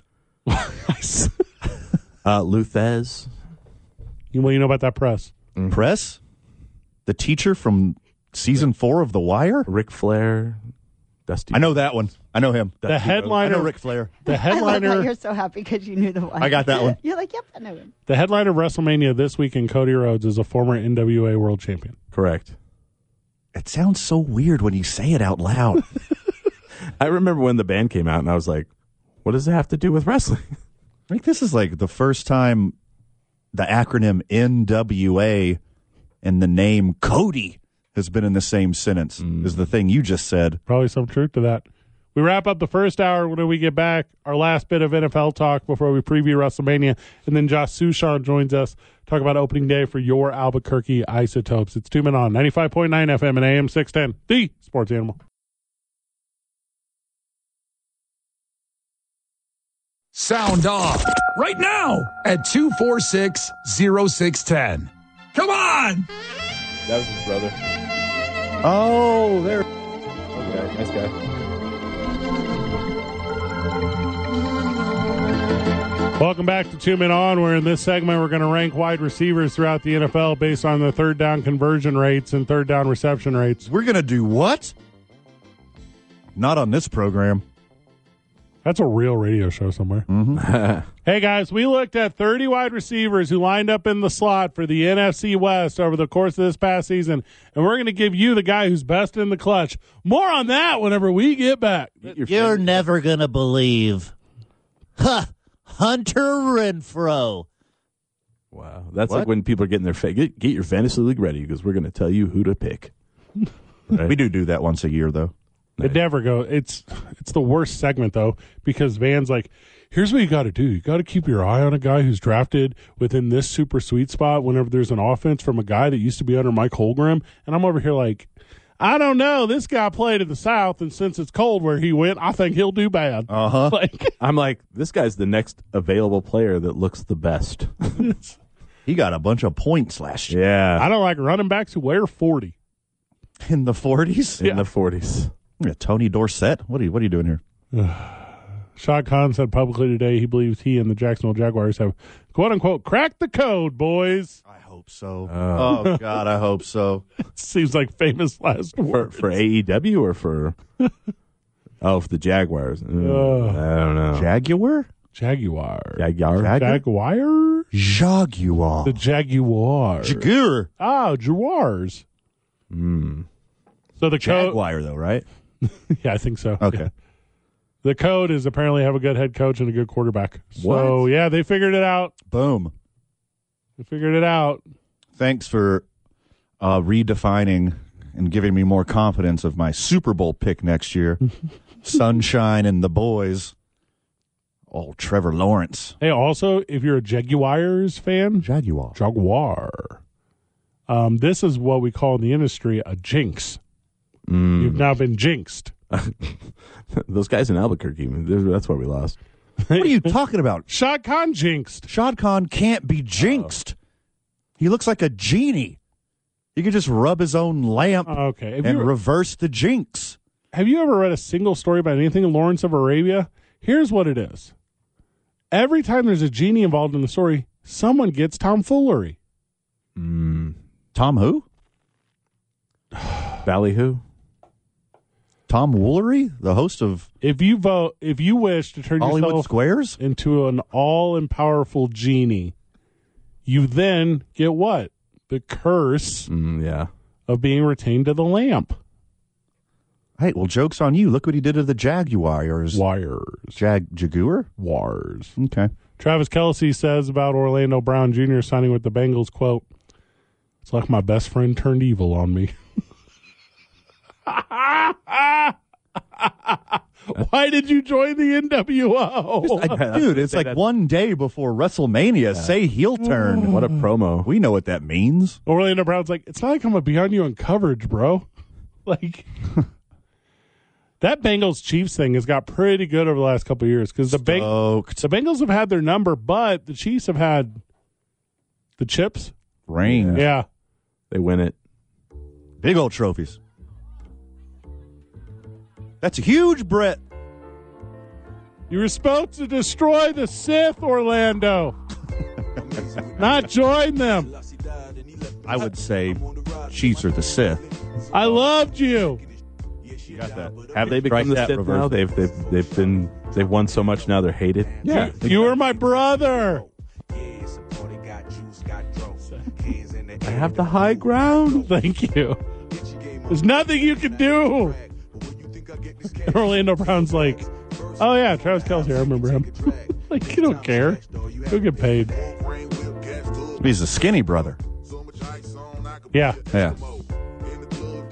Uh, Luthez.
Well, you know about that press.
Mm-hmm. Press, the teacher from season four of The Wire.
Ric Flair. Dusty.
I know that one. I know him.
The
I know
headliner,
Ric Flair.
the
I love how
headliner,
you're so happy because you knew the one.
I got that one.
You're like, yep, I know him.
the headliner of WrestleMania this week in Cody Rhodes is a former NWA World Champion.
Correct.
It sounds so weird when you say it out loud.
I remember when the band came out and I was like, what does it have to do with wrestling?
I think this is like the first time the acronym NWA and the name Cody has been in the same sentence as the thing you just said.
Probably some truth to that. We wrap up the first hour. When we get back, our last bit of NFL talk before we preview WrestleMania, and then Josh Sushan joins us to talk about opening day for your Albuquerque Isotopes. It's two men on ninety five point nine FM and AM six ten. The Sports Animal.
Sound off right now at 246 0610. Come on!
That was his brother.
Oh, there.
Okay, nice guy.
Welcome back to Two Men On, where in this segment we're going to rank wide receivers throughout the NFL based on their third down conversion rates and third down reception rates.
We're going to do what? Not on this program.
That's a real radio show somewhere. hey guys, we looked at 30 wide receivers who lined up in the slot for the NFC West over the course of this past season, and we're going to give you the guy who's best in the clutch. More on that whenever we get back.
You're never going to believe. Huh. Hunter Renfro.
Wow. That's
What?
like when people are getting their fa- get, get your fantasy league ready because we're going to tell you who to pick. Right.
We do do that once a year, though.
It never go. It's it's the worst segment though because Van's like, here's what you got to do. You got to keep your eye on a guy who's drafted within this super sweet spot. Whenever there's an offense from a guy that used to be under Mike Holgram, and I'm over here like, I don't know. This guy played in the South, and since it's cold where he went, I think he'll do bad.
Uh huh.
Like,
I'm like, this guy's the next available player that looks the best.
He got a bunch of points last year
yeah.
I don't like running backs who wear forty.
in the 40s.
In the 40s.
Yeah, Tony Dorsett. What are you, what are you doing here?
Shad Khan said publicly today he believes he and the Jacksonville Jaguars have quote unquote cracked the code, boys.
I hope so. oh, God, I hope so.
Seems like famous last
For,
word.
for AEW or for. Oh, for the Jaguars. Mm, I don't know.
Jaguar?
Jaguar.
Jaguar.
Jaguar?
Jaguar.
The Jaguar.
Jaguar.
oh, Jaguars. So the code.
Hmm. Jaguar, though, right?
Yeah, I think so.
Okay.
Yeah. The code is apparently have a good head coach and a good quarterback. So,
What?
yeah, they figured it out.
Boom.
They figured it out.
Thanks for uh, redefining and giving me more confidence of my Super Bowl pick next year. Sunshine and the boys. Oh, Trevor Lawrence.
Hey, also, if you're a Jaguars fan,
Jaguar.
Jaguar. Um, this is what we call in the industry a jinx.
Hmm.
You've now been jinxed.
Those guys in Albuquerque, that's why we lost.
What are you talking about?
Shot Khan jinxed.
Shad Khan can't be jinxed. He looks like a genie. He could just rub his own lamp
Okay. Uh, If you-
and reverse the jinx.
Have you ever read a single story about anything in Lawrence of Arabia? Here's what it is. Every time there's a genie involved in the story, someone gets tomfoolery.
Tom who?
Ballyhoo?
Tom Woolery, the host of
If you vote, if you wish to turn
Hollywood
yourself
Squares?
into an all and powerful genie, you then get what? The curse
Mm, yeah.
of being retained to the lamp.
Hey, well, joke's on you. Look what he did to the Jaguars.
Wires.
Jag Jaguar?
Wars.
Okay.
Travis Kelsey says about Orlando Brown Jr. signing with the Bengals, quote, It's like my best friend turned evil on me. Why did you join the
Oh,
NWO?
Dude, it's like one day before WrestleMania. Say heel turn.
What a promo.
We know what that means.
Orlando Brown's like, It's not like I'm going to be on you in coverage, bro. Like, That Bengals Chiefs thing has got pretty good over the last couple of years because the, Beng-
Oaked
the Bengals have had their number, but the Chiefs have had the chips.
rain.
Yeah.
They win it.
Big old trophies. That's huge, Brett.
You were supposed to destroy the Sith, Orlando, not join them.
I would say Chiefs are the Sith.
I loved you.
You got that.
Have they
Strike
become the
that,
Sith
reverse.
now? They've they've they've been they've won so much now they're hated.
Yeah.
You were my brother.
I have the high ground.
Thank you. There's nothing you can do. And Orlando Brown's like, oh yeah, Travis Kelsey, I remember him. like you don't care. You'll get paid.
He's the skinny brother.
Yeah.
Yeah.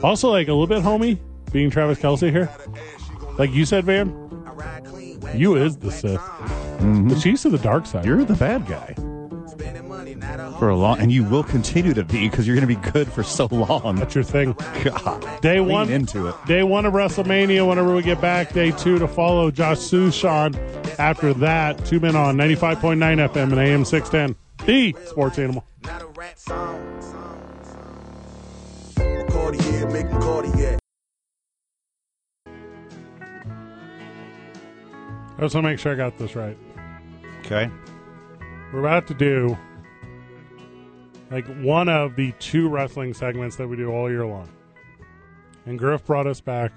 Also, like a little bit homie, being Travis Kelsey here. Like you said, Van, you is the Sith. The Chiefs are the dark side.
Mm-hmm. You're the bad guy. For a long, and you will continue to be because you're going to be good for so long.
That's your thing.
God,
Day
lean
one
into it.
Day one of WrestleMania. Whenever we get back, day two to follow Josh Sushan. After that, two men on ninety five point nine FM and AM six ten. The sports animal.
Not a rap song. song, song. Cartier, make 'em Cartier.
I just want to make sure I got this right.
Okay.
We're about to do like one of the two wrestling segments that we do all year long. And Griff brought us back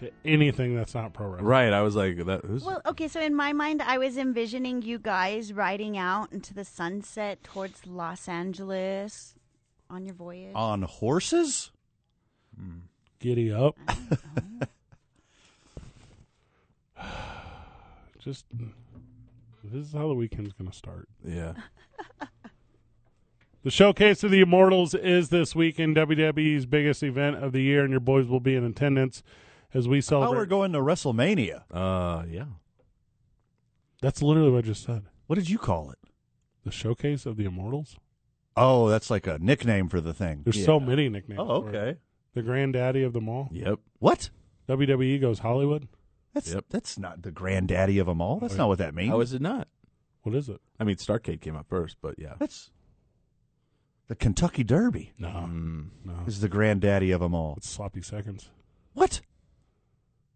to anything that's not pro wrestling.
Right. I was like that. Who's,
Well, okay, so in my mind, I was envisioning you guys riding out into the sunset towards Los Angeles on your voyage.
On horses?
Giddy up. Just this is how the weekend's going to start.
yeah.
The showcase of the Immortals is this weekend, WWE's biggest event of the year, and your boys will be in attendance as we
Oh,
celebrate.
we're going to WrestleMania.
Uh. Yeah.
That's literally what I just said.
What did you call it?
The showcase of the Immortals.
Oh, that's like a nickname for the thing.
There's so many nicknames.
Oh,
for it.
okay.
The granddaddy of them all.
Yep.
What?
WWE goes Hollywood.
That's
Yep.
that's not the granddaddy of them all. That's not what that means.
How is it not?
What is it?
I mean, Starcade came up first, but yeah.
that's the Kentucky Derby
No, no.
Mm. is the granddaddy of them all.
It's sloppy seconds.
What?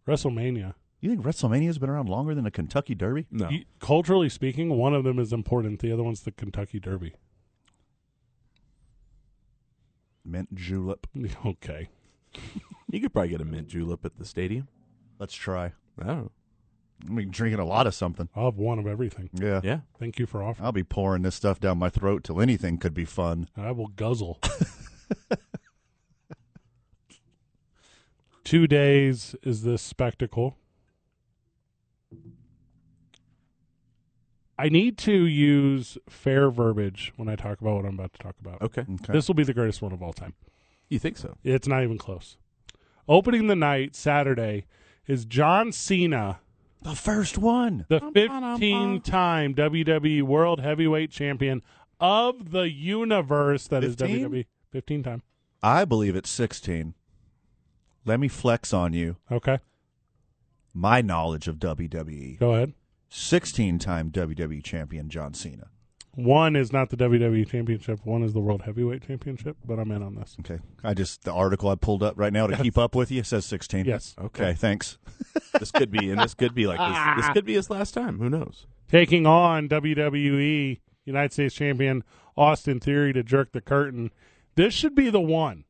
WrestleMania.
You think WrestleMania's been around longer than the Kentucky Derby?
No.
You- culturally speaking, one of them is important. The other one's the Kentucky Derby.
Mint julep.
Okay.
You could probably get a mint julep at the stadium.
Let's try.
I don't know.
I mean, drinking a lot of something.
I'll have one of everything.
Yeah.
Yeah.
Thank you for offering.
I'll be pouring this stuff down my throat till anything could be fun.
I will guzzle. Two days is this spectacle. I need to use fair verbiage when I talk about what I'm about to talk about.
Okay.
Okay.
This will be the greatest one of all time.
You think so?
It's not even close. Opening the night Saturday is John Cena,
the first one.
the 15 time WWE E World Heavyweight Champion of the universe. That is E.
15?
WWE. 15 time.
I believe it's 16. Let me flex on you
Okay.
my knowledge of E. WWE.
Go ahead.
16 time WWE E champion John Cena.
One is not the WWE Championship, one is the World Heavyweight Championship, but I'm in on this.
Okay. I just, the article I pulled up right now to keep up with you says 16.
Yes.
Okay. Thanks.
This could be, and this could be like this. This could be his last time. Who knows?
Taking on WWE United States Champion Austin Theory to jerk the curtain. This should be the one.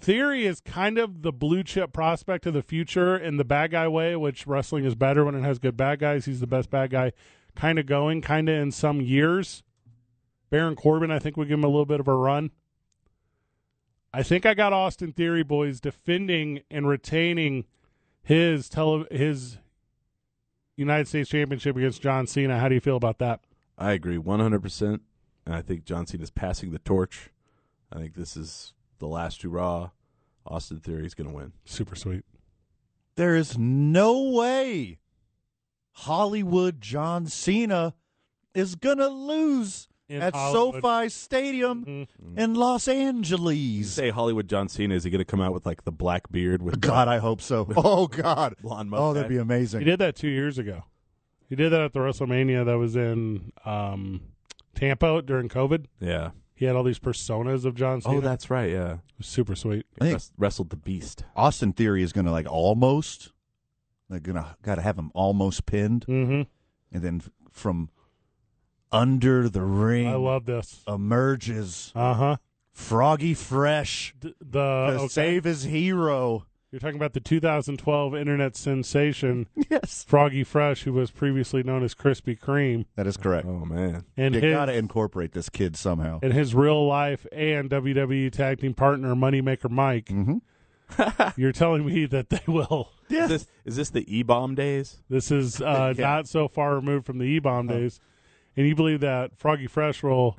Theory is kind of the blue chip prospect of the future in the bad guy way, which wrestling is better when it has good bad guys. He's the best bad guy kind of going, kind of in some years. Baron Corbin, I think we give him a little bit of a run. I think I got Austin Theory boys defending and retaining his tele- his United States Championship against John Cena. How do you feel about that?
I agree 100%. And I think John Cena's passing the torch. I think this is the last hurrah. Austin Theory's going to win.
Super sweet.
There is no way Hollywood Mm-hmm. John Cena is going to lose
in
at
Hollywood.
SoFi Stadium in Los Angeles.
Say Hollywood John Cena is he going to come out with like the black beard with
God, I hope so. Oh God,
Blonde
oh that'd
mustache.
be amazing.
He did that two years ago. He did that at the WrestleMania that was in um, Tampa during COVID.
yeah.
He had all these personas of John Cena.
Oh, that's right. Yeah,
It was super sweet.
I think
Wrest- wrestled the beast.
Austin Theory is gonna like almost, like gonna gotta have him almost pinned,
hmm
and then f- from under the ring
I love this.
emerges
Uh huh.
Froggy Fresh
The,
to
Uh, okay.
save his hero.
You're talking about the 2012 internet sensation Froggy Fresh, who was previously known as Krispy Kreme,
That is correct.
Oh man,
and
You
his
gotta incorporate this kid somehow.
and his real life and WWE tag team partner Moneymaker Mike. You're telling me that they will.
is this is this the E bomb days?
This is uh, not so far removed from the E bomb days, and you believe that Froggy Fresh will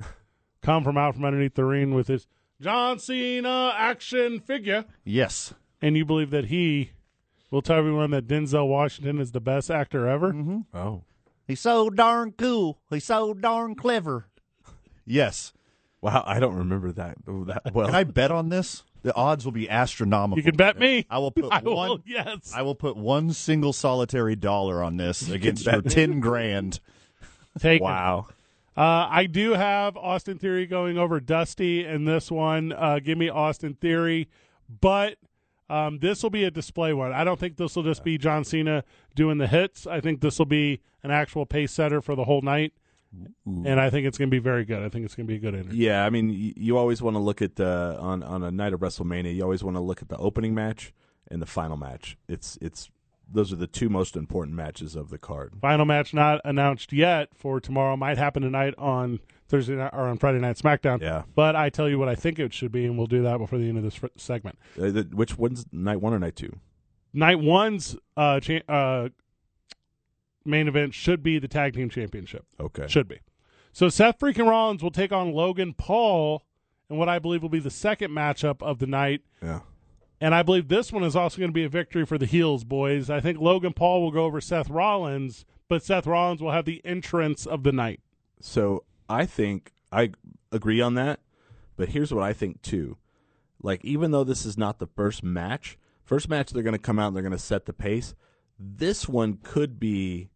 come from out from underneath the ring with his John Cena action figure,
Yes.
and you believe that he will tell everyone that Denzel Washington is the best actor ever.
Oh,
He's so darn cool. He's so darn clever.
Yes.
wow, I don't remember that that well.
Can I bet on this? The odds will be astronomical.
You can bet me.
I will put
I
one.
will. Yes.
I will put one single solitary dollar on this against your ten grand.
Take it.
wow,
Uh, I do have Austin Theory going over Dusty in this one. Uh, give me Austin Theory, but um, this will be a display one. I don't think this will just be John Cena doing the hits. I think this will be an actual pace setter for the whole night, and I think it's going to be very good. I think it's going to be a good interview.
Yeah, I mean, y- you always want to look at uh, on on a night of WrestleMania. You always want to look at the opening match and the final match. It's it's those are the two most important matches of the card.
Final match not announced yet for tomorrow. Might happen tonight on Thursday night or on Friday night SmackDown.
Yeah.
But I tell you what I think it should be, and we'll do that before the end of this fr- segment.
Uh, the- which one's night one or night two?
night one's uh, cha- uh, main event should be the tag team championship.
Okay,
Should be. So Seth freaking Rollins will take on Logan Paul in what I believe will be the second matchup of the night.
yeah,
And I believe this one is also going to be a victory for the heels, boys. I think Logan Paul will go over Seth Rollins, but Seth Rollins will have the entrance of the night.
So I think I agree on that, but here's what I think too. Like even though this is not the first match, first match they're going to come out and they're going to set the pace. This one could be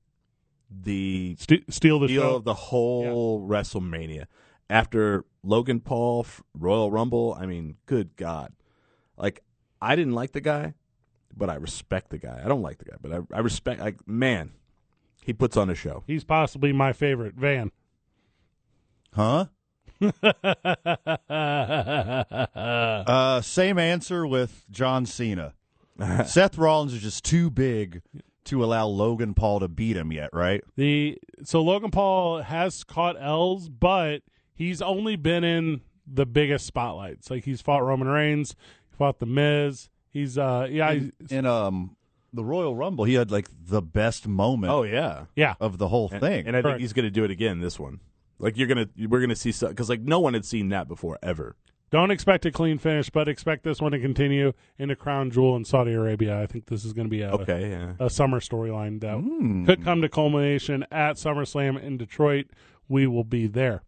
the
St- steal the
deal
show.
of the whole WrestleMania. After Logan Paul, f- Royal Rumble, I mean, good God. Like, I didn't like the guy, but I respect the guy. I don't like the guy, but I, I respect, like, man, he puts on a show.
He's possibly my favorite, Van.
Huh? Uh, same answer with John Cena. Seth Rollins is just too big to allow Logan Paul to beat him yet, right?
The so Logan Paul has caught L's, but he's only been in the biggest spotlights. Like he's fought Roman Reigns, he fought The Miz. He's uh yeah he's-
In um the Royal Rumble, he had like the best moment
Oh, yeah.
yeah
of the whole thing.
And I
Correct.
think he's going to do it again this one. Like, you're going to, we're going to see, because, like, no one had seen that before, ever.
Don't expect a clean finish, but expect this one to continue into Crown Jewel in Saudi Arabia. I think this is going to be a
Okay, yeah.
a summer storyline that could come to culmination at SummerSlam in Detroit. We will be there.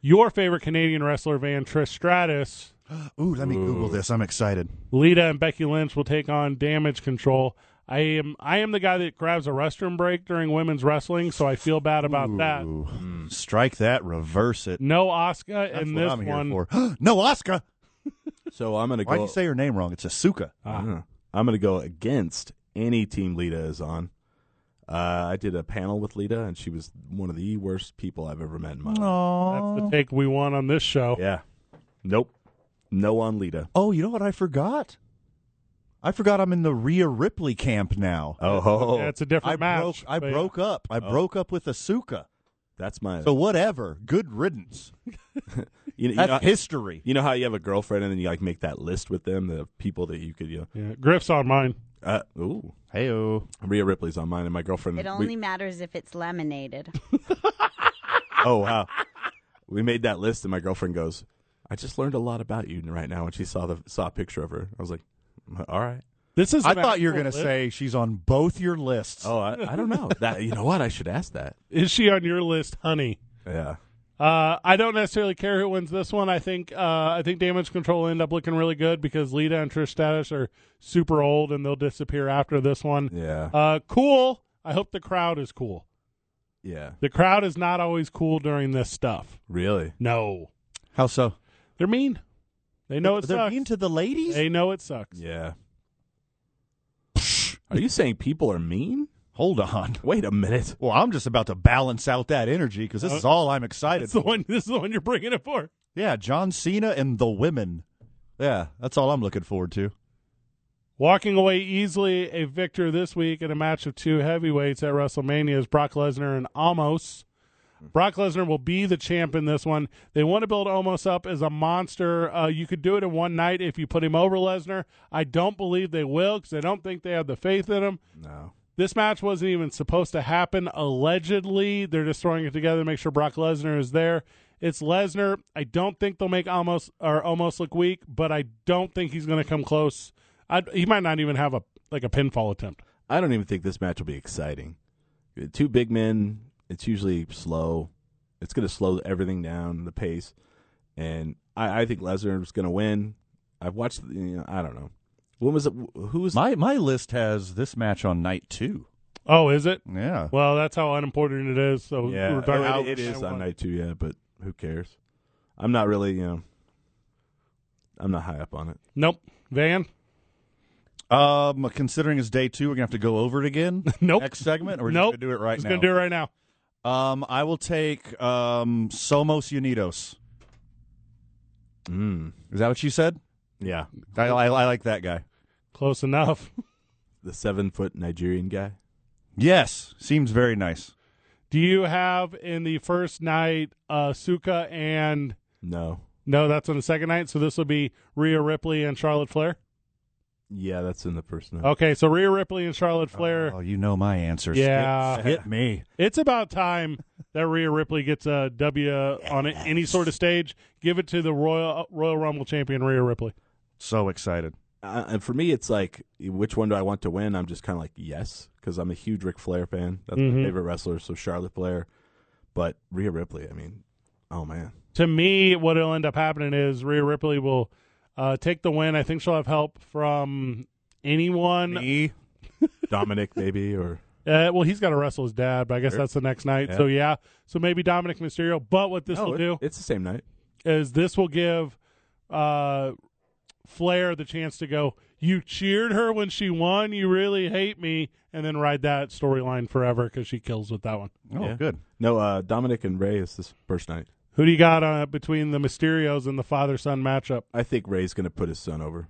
Your favorite Canadian wrestler, Van Trish Stratus,
Ooh, let me Google this. I'm excited.
Lita and Becky Lynch will take on Damage Control. I am I am the guy that grabs a restroom break during women's wrestling, so I feel bad about that.
Ooh. Strike that, reverse it.
No Oscar
That's
in
what
this
I'm
one. oh.
here for. no, Oscar.
So I'm going to go.
Why'd you say her name wrong? It's Asuka.
I don't know. Uh-huh. I'm going to go against any team Lita is on. Uh, I did a panel with Lita, and she was one of the worst people I've ever met in my life.
Oh.
That's the
Oh.
take we want on this show.
Yeah. Nope. No on Lita.
Oh, you know what I forgot? I forgot I'm in the Rhea Ripley camp now.
Oh, ho, ho.
That's a different
I
match.
broke I
but- Oh.
broke up. I broke up with Asuka.
that's my.
So whatever. Good riddance.
you, know, you,
That's
know,
history.
you know how you have a girlfriend, and then you like make that list with them, the people that you could, you know.
Yeah, Griff's on mine.
Uh, ooh,
Hey oh.
Rhea Ripley's on mine, and my girlfriend.
It
we-
only matters if it's laminated.
oh wow, we made that list, and my girlfriend goes, "I just learned a lot about you right now." When she saw the saw a picture of her, I was like, "All right."
This is
I
an
thought you were
actual
gonna
list.
say she's on both your lists.
Oh, I, I don't know. That you know what? I should ask that.
Is she on your list, honey?
Yeah.
Uh, I don't necessarily care who wins this one. I think uh, I think Damage Control will end up looking really good because Lita and Trish Status are super old and they'll disappear after this one.
Yeah.
Uh, cool. I hope the crowd is cool.
yeah.
The crowd is not always cool during this stuff.
Really?
No,
How so?
they're mean. They know it
They're
sucks.
mean to the ladies.
they know it sucks.
Yeah. Are you saying people are mean?
Hold on.
Wait a minute.
Well, I'm just about to balance out that energy because this is
Uh,
all I'm excited
It's the
for.
one. This is the one you're bringing it for.
Yeah, John Cena and the women. Yeah, that's all I'm looking forward to.
Walking away easily a victor this week in a match of two heavyweights at WrestleMania is Brock Lesnar and Almost.
Hmm.
Brock Lesnar will be the champ in this one. They want to build Almost up as a monster. Uh, you could do it in one night if you put him over Lesnar. I don't believe they will because I don't think they have the faith in him.
No.
This match wasn't even supposed to happen. Allegedly, they're just throwing it together to make sure Brock Lesnar is there. It's Lesnar. I don't think they'll make almost or almost look weak, but I don't think he's going to come close. I, he might not even have a like a pinfall attempt.
I don't even think this match will be exciting. Two big men. It's usually slow. It's going to slow everything down, the pace, and I, I think Lesnar's going to win. I've watched. You know, I don't know. When was it? Who was?
My my list has this match on night two.
Oh, is it?
Yeah.
Well, that's how unimportant it is. So
yeah,
we're talking
it-
about
it is on night two. Yeah, but who cares? I'm not really. You know, I'm not high up on it.
Nope, Van.
Um, considering it's day two, we're gonna have to go over it again.
Nope.
Next segment, or we're
nope.
just gonna do it right
Just
now.
gonna do it right now.
Um, I will take um Somos Unidos.
Mm.
Is that what you said?
Yeah,
I, I, I like that guy.
Close enough.
the seven foot Nigerian guy.
Yes, seems very nice.
Do you have in the first night uh, Suka and
No.
No, that's on the second night. So this will be Rhea Ripley and Charlotte Flair.
Yeah, that's in the first night.
Okay, so Rhea Ripley and Charlotte Flair.
Oh, you know my answers.
Yeah.
Hit- hit me.
It's about time that Rhea Ripley gets a W on any sort of stage. Give it to the Royal Royal Rumble champion Rhea Ripley.
So excited.
uh, and for me, it's like, which one do I want to win? I'm just kind of like, yes, because I'm a huge Ric Flair fan. That's
Mm-hmm.
my favorite wrestler. So Charlotte Flair, but Rhea Ripley. I mean, oh man,
To me, what'll end up happening is Rhea Ripley will uh, take the win. I think she'll have help from anyone.
Me.
Dominic maybe or
Uh, well, he's got to wrestle his dad, but I guess that's the next night. So yeah, so maybe Dominic Mysterio. But what this
Oh,
will
it-
do?
It's the same night.
is this will give uh, Flair the chance to go, you cheered her when she won, you really hate me, and then ride that storyline forever because she kills with that one.
Oh, good.
No, uh, Dominic and Ray is this first night.
Who do you got uh, between the Mysterios and the father son matchup?
I think Ray's going to put his son over.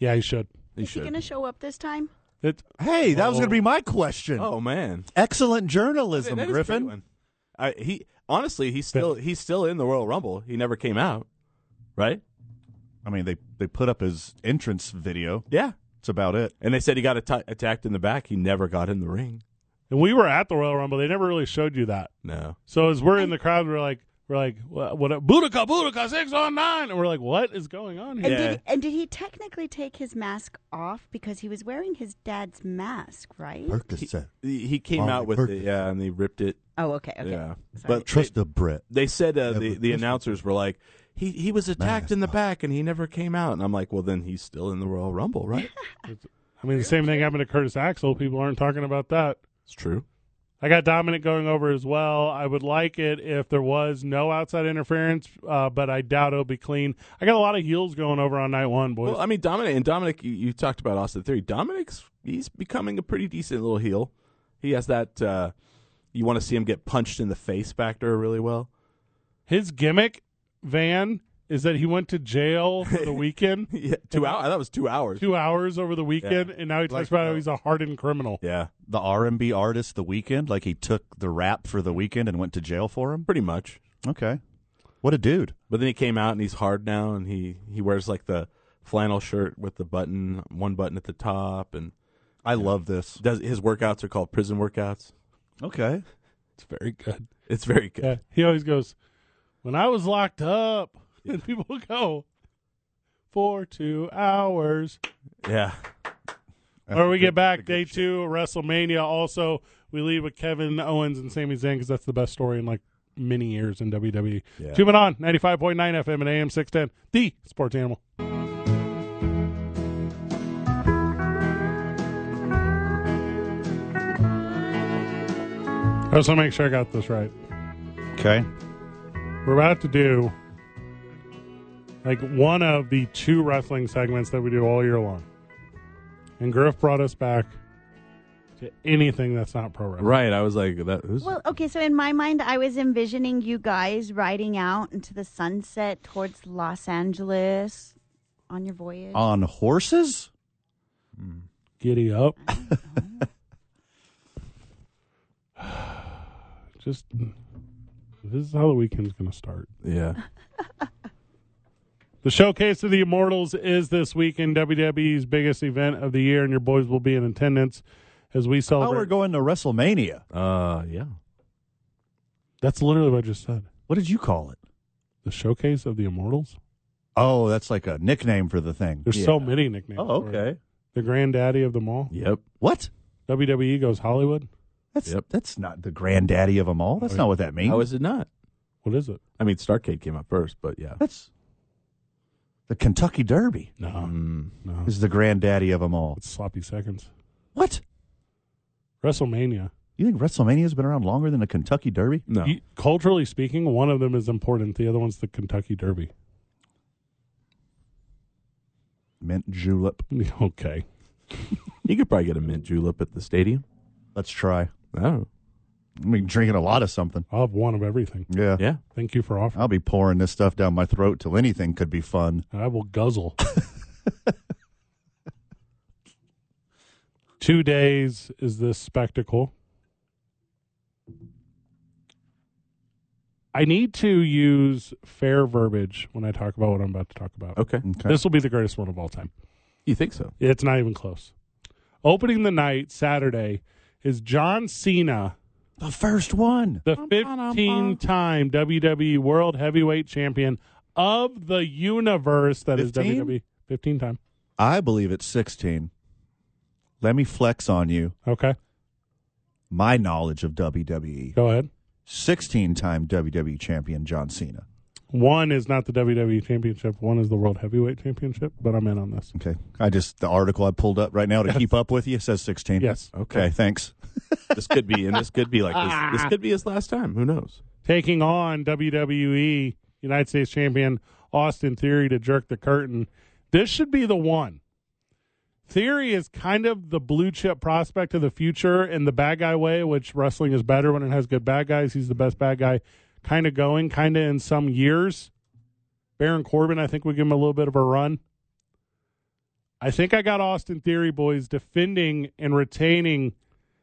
Yeah, you should.
He
Is he
should.
going to show up this time?
It,
Hey, that was gonna be my question.
oh man,
Excellent journalism,
That is a great
Griffin.
one. I, he honestly, he's still he's still in the Royal Rumble. He never came out, right?
I mean, they they put up his entrance video.
Yeah.
That's about it.
And they said he got atta- attacked in the back. He never got in the ring.
and we were at the Royal Rumble. They never really showed you that.
No.
So as we're in the crowd, we're like, we're like, what? what Boudica, Boudica, six on nine, and we're like, what is going on here?
And did and did he technically take his mask off because he was wearing his dad's mask, right?
Percocet.
He he came
Molly
out with
Perkins.
it, yeah, and they ripped it.
Oh, okay, okay.
Yeah,
Sorry.
but
Trust
they,
the Brit.
they said uh, the
Never
the
trust
announcers were like, he he was attacked
Mask
in the
off.
back and he never came out, and I'm like, well then he's still in the Royal Rumble, right?
I mean, the same thing happened to Curtis Axel. People aren't talking about that.
it's true.
I got Dominic going over as well. I would like it if there was no outside interference, uh, but I doubt it'll be clean. I got a lot of heels going over on night one, boys.
Well, I mean Dominic and Dominic, you, you talked about Austin Theory. Dominic's he's becoming a pretty decent little heel. He has that uh, you want to see him get punched in the face factor really well.
His gimmick, Van, is that he went to jail for the weekend,
yeah, two hours. That was two hours.
two hours over the weekend, and now he talks about how he's a hardened criminal.
Yeah,
The R and B artist, The Weekend, like he took the rap for The Weekend and went to jail for him.
pretty much.
Okay, what a dude.
But then he came out and he's hard now, and he he wears like the flannel shirt with the button, one button at the top, and
I love this.
does his workouts are called prison workouts.
Okay,
It's very good. It's very good.
Yeah, he always goes, When I was locked up, and people go, For two hours.
Yeah,
Or we get back day two WrestleMania. Also, we lead with Kevin Owens and Sami Zayn because that's the best story in like many years in WWE.
Yeah.
Tune it on 95.9 FM and AM 610, the sports animal. I just want to make sure I got this right.
Okay.
We're about to do like one of the two wrestling segments that we do all year long. And Griff brought us back to anything that's not pro wrestling.
Right. I was like, that, who's,
Well, okay, so in my mind, I was envisioning you guys riding out into the sunset towards Los Angeles on your voyage.
Um,
On horses?
Giddy up. Just this is how the weekend's going to start.
yeah.
The showcase of the Immortals is this weekend, WWE's biggest event of the year, and your boys will be in attendance as we
Oh, we're
celebrate.
going to WrestleMania.
Uh, yeah.
That's literally what I just said.
What did you call it?
The showcase of the Immortals.
Oh, that's like a nickname for the thing.
There's so many nicknames.
Oh,
for it.
okay.
The granddaddy of them all.
Yep.
What?
WWE goes Hollywood.
That's
Yep.
that's not the granddaddy of them all. That's not what that means.
How is it not?
What is it?
I mean, Starcade came up first, but yeah.
that's the Kentucky Derby
No,
Hmm.
Mm.
no.
is the granddaddy of them all.
It's sloppy seconds.
What?
WrestleMania.
You think WrestleMania's been around longer than the Kentucky Derby?
No.
You- culturally speaking, one of them is important. The other one's the Kentucky Derby.
Mint julep.
Okay.
You could probably get a mint julep at the stadium.
Let's try.
I don't know.
I mean, drinking a lot of something.
I'll have one of everything.
Yeah.
Yeah.
Thank you for offering.
I'll be pouring this stuff down my throat till anything could be fun.
I will guzzle. Two days is this spectacle. I need to use fair verbiage when I talk about what I'm about to talk about.
Okay.
Okay.
This will be the greatest one of all time.
You think so?
It's not even close. Opening the night Saturday is John Cena,
the first one.
the 15 time WWE E World Heavyweight Champion of the universe. That is E.
15?
WWE 15 time.
I believe it's 16. Let me flex on you
Okay,
my knowledge of E. WWE.
go ahead.
16 time WWE E champion John Cena.
One is not the WWE Championship, one is the World Heavyweight Championship, but I'm in on this.
Okay. I just, the article I pulled up right now to keep up with you says 16.
Yes.
Okay. Ah. Thanks.
This could be, and this could be like this. This could be his last time. Who knows?
Taking on WWE United States Champion Austin Theory to jerk the curtain. This should be the one. Theory is kind of the blue chip prospect of the future in the bad guy way, which wrestling is better when it has good bad guys. He's the best bad guy, kind of going, kind of in some years. Baron Corbin, I think we give him a little bit of a run. I think I got Austin Theory boys defending and retaining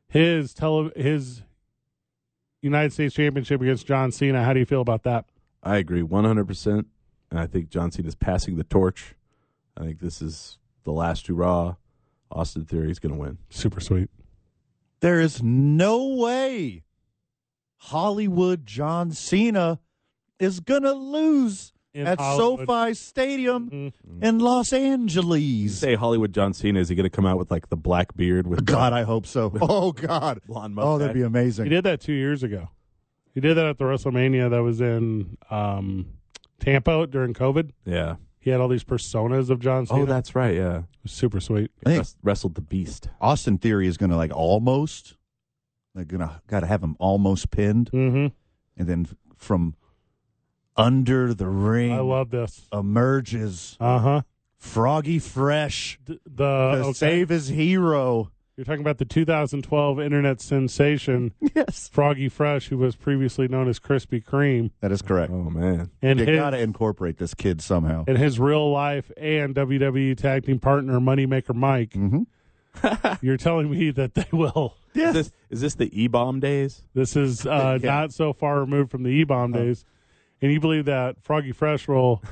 his tele- his United States Championship against John Cena. How do you feel about that?
I agree 100%. And I think John Cena's passing the torch. I think this is the last hurrah. Austin Theory's going to win.
Super sweet.
There is no way Hollywood John Cena is going to lose
In
at
Hollywood. Mm-hmm.
SoFi Stadium in Los
You
Angeles. Uh,
say Hollywood John Cena, is he going to come out with like the black beard with
God, I hope so. Oh, God.
blonde mustache?
Oh, that'd be
He
amazing.
did that two years ago. He did that at the WrestleMania that was in um, Tampa during COVID.
Yeah.
He had all these personas of John Cena.
Oh, that's right. Yeah.
super sweet.
I think-
Wrest- wrestled the beast.
Austin Theory is going to like almost, like going to got to have him almost pinned,
hmm
and then f- from under the ring
I love this.
emerges
Uh huh.
Froggy Fresh
The,
to
Uh, okay.
save his hero.
You're talking about the 2012 internet sensation
Yes,
Froggy Fresh, who was previously known as Krispy Kreme,
that is correct.
Oh, man.
and
you
his
got to incorporate this kid somehow.
and his real life and WWE tag team partner Moneymaker Mike.
Mhm.
You're telling me that they will.
Is this, is this the E bomb days?
This is uh, not so far removed from the E bomb days. And you believe that Froggy Fresh will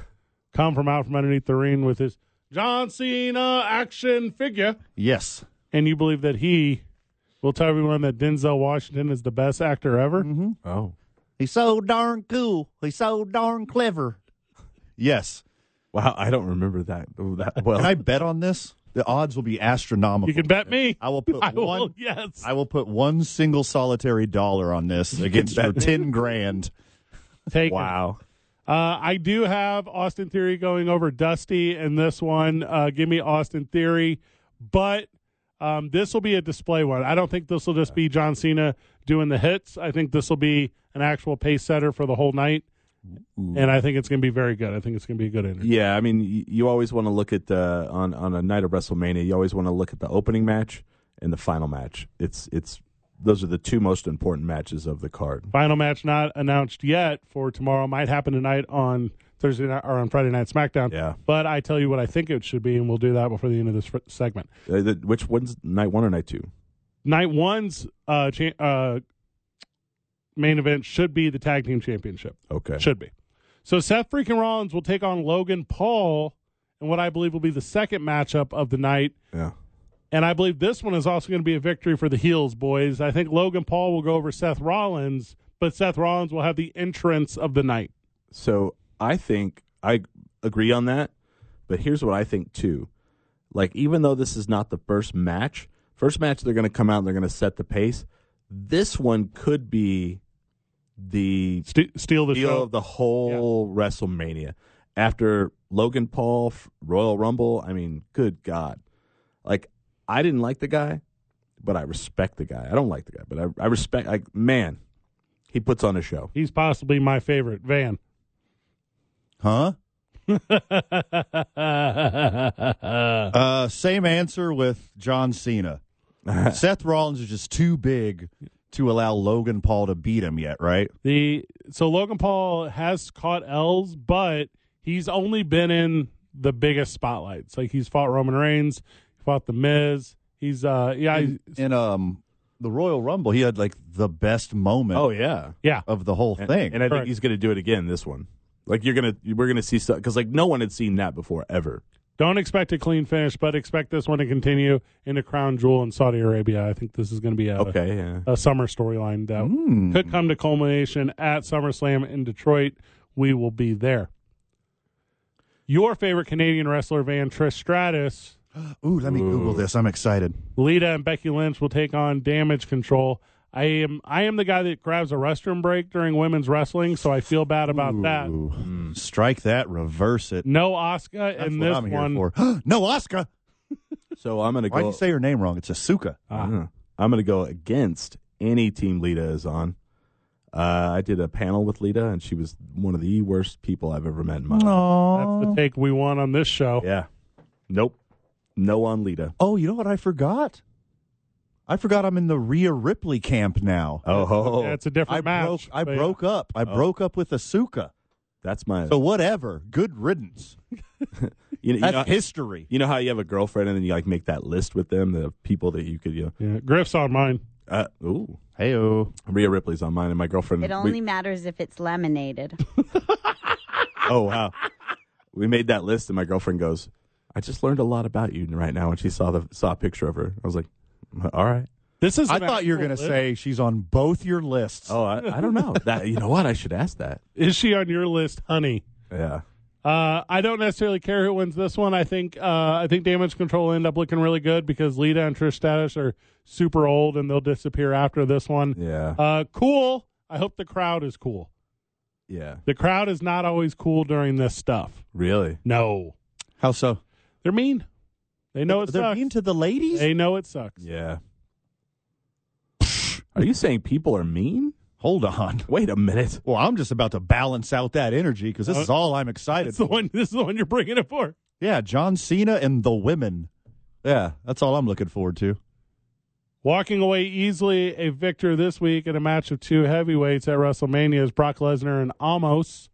come from out from underneath the ring with his John Cena action figure.
Yes,
And you believe that he will tell everyone that Denzel Washington is the best actor ever.
Oh.
He's so darn cool. He's so darn clever.
yes.
Wow. I don't remember that, that well.
Can I bet on this? The odds will be astronomical.
You can bet me.
I will put
I will,
one.
yes.
I will put one single solitary dollar on this against your ten grand.
Take
Wow.
Uh, I do have Austin Theory going over Dusty, and this one, uh, give me Austin Theory, but um, this will be a display one. I don't think this will just be John Cena doing the hits. I think this will be an actual pace setter for the whole night, and I think it's going to be very good. I think it's going to be a good interview.
Yeah, I mean, y- you always want to look at uh, on on a night of WrestleMania. You always want to look at the opening match and the final match. It's it's those are the two most important matches of the card.
Final match not announced yet for tomorrow. Might happen tonight on Thursday night or on Friday night SmackDown.
Yeah.
But I tell you what I think it should be, and we'll do that before the end of this fr- segment.
Uh, the, which one's night one or night two?
night one's uh, cha- uh, main event should be the tag team championship.
Okay.
Should be. So Seth freaking Rollins will take on Logan Paul in what I believe will be the second matchup of the night.
Yeah.
And I believe this one is also going to be a victory for the heels, boys. I think Logan Paul will go over Seth Rollins, but Seth Rollins will have the entrance of the night.
So I think I agree on that, but here's what I think too. Like even though this is not the first match, first match they're going to come out and they're going to set the pace. This one could be the
St- steal the
deal
show.
of the whole WrestleMania. After Logan Paul, f- Royal Rumble, I mean, good God. Like, I didn't like the guy, but I respect the guy. I don't like the guy, but I, I respect, like, man, he puts on a show.
He's possibly my favorite, Van.
Huh? Uh, same answer with John Cena. Seth Rollins is just too big to allow Logan Paul to beat him yet, right?
The so Logan Paul has caught L's, but he's only been in the biggest spotlights. Like he's fought Roman Reigns, he fought The Miz. He's uh yeah he's-
In um the Royal Rumble, he had like the best moment
Oh, yeah.
yeah
of the whole
And,
thing.
and I think
Correct.
he's going to do it again this one. Like, you're going to, we're going to see stuff, because, like, no one had seen that before ever.
Don't expect a clean finish, but expect this one to continue into Crown Jewel in Saudi Arabia. I think this is going to be a,
Okay. Hmm. Yeah.
a summer storyline that could come to culmination at SummerSlam in Detroit. We will be there. Your favorite Canadian wrestler, Van Trish Stratus,
Ooh, let me Google this. I'm excited.
Lita and Becky Lynch will take on Damage Control. I am I am the guy that grabs a restroom break during women's wrestling, so I feel bad about that.
Ooh. Strike that, reverse it.
No Oscar
That's
in
what
this
I'm
one.
here for. no, Oscar.
So I'm going to go.
Why would you say her name wrong? It's Asuka.
Uh, I'm going to go against any team Lita is on. Uh, I did a panel with Lita, and she was one of the worst people I've ever met in my life.
That's the take we want on this show.
Yeah. Nope. No on Lita.
Oh, you know what I forgot? I forgot I'm in the Rhea Ripley camp now.
Oh, ho, ho.
That's a different
I
match.
broke I
but-
broke up. I broke up with Asuka.
that's my.
So whatever. Good riddance.
you, know, you, know,
That's history.
you know how you have a girlfriend, and then you like make that list with them, the people that you could, you know.
Yeah, Griff's on mine.
Uh, ooh,
Hey oh.
Rhea Ripley's on mine, and my girlfriend.
It
we-
only matters if it's laminated.
oh wow, we made that list, and my girlfriend goes, "I just learned a lot about you right now." When she saw the saw a picture of her, I was like, "All right."
This is
I
an
thought you were
actual
gonna
list.
say she's on both your lists.
Oh, I, I don't know. That you know what? I should ask that.
Is she on your list, honey?
Yeah.
Uh, I don't necessarily care who wins this one. I think uh, I think Damage Control will end up looking really good because Lita and Trish Status are super old and they'll disappear after this one.
Yeah.
Uh, cool. I hope the crowd is cool.
yeah.
The crowd is not always cool during this stuff.
Really?
No,
How so?
they're mean. They know it
They're
sucks.
mean to the ladies?
They know it sucks.
Yeah. Are you saying people are mean?
Hold on.
Wait a minute.
Well, I'm just about to balance out that energy because this
Uh,
is all I'm excited
It's the
for.
one. This is the one you're bringing it for.
Yeah, John Cena and the women. Yeah, that's all I'm looking forward to.
Walking away easily a victor this week in a match of two heavyweights at WrestleMania is Brock Lesnar and Almost.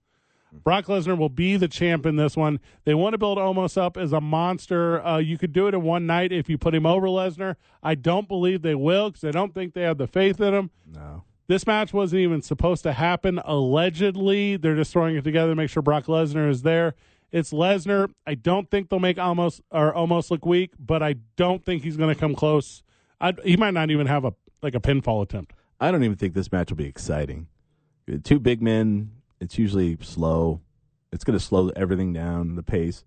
Hmm.
Brock Lesnar will be the champ in this one. They want to build Almost up as a monster. Uh, you could do it in one night if you put him over Lesnar. I don't believe they will because I don't think they have the faith in him.
No.
This match wasn't even supposed to happen. Allegedly, they're just throwing it together to make sure Brock Lesnar is there. It's Lesnar. I don't think they'll make almost or almost look weak, but I don't think he's going to come close. i he might not even have a like a pinfall attempt.
I don't even think this match will be exciting. Uh, Two big men, it's usually slow. It's going to slow everything down, the pace.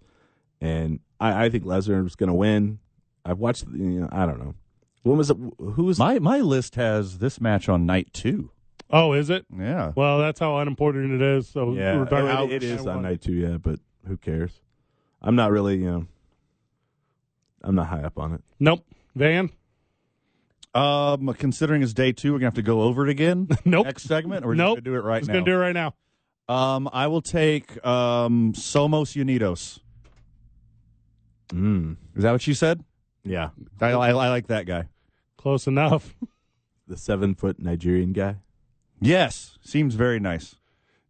And I, I think Lesnar is going to win. I've watched, you know, I don't know. When was it? Who was.
My my list has this match on night two.
Oh, is it?
Yeah.
Well, that's how unimportant it is. So
Yeah,
we're talking about
it- it is
I
on
want-
night two, yeah, but who cares? I'm not really, you know, I'm not high up on it.
Nope. Van?
Um, considering it's day two, we're gonna have to go over it again.
Nope.
Next segment, or we're
nope.
just gonna do it right
Just
now.
gonna do it right now.
um, I will take um Somos Unidos.
Mm.
Is that what you said?
Yeah,
I, I, I like that guy.
Close enough.
the seven foot Nigerian guy.
Yes, seems very nice.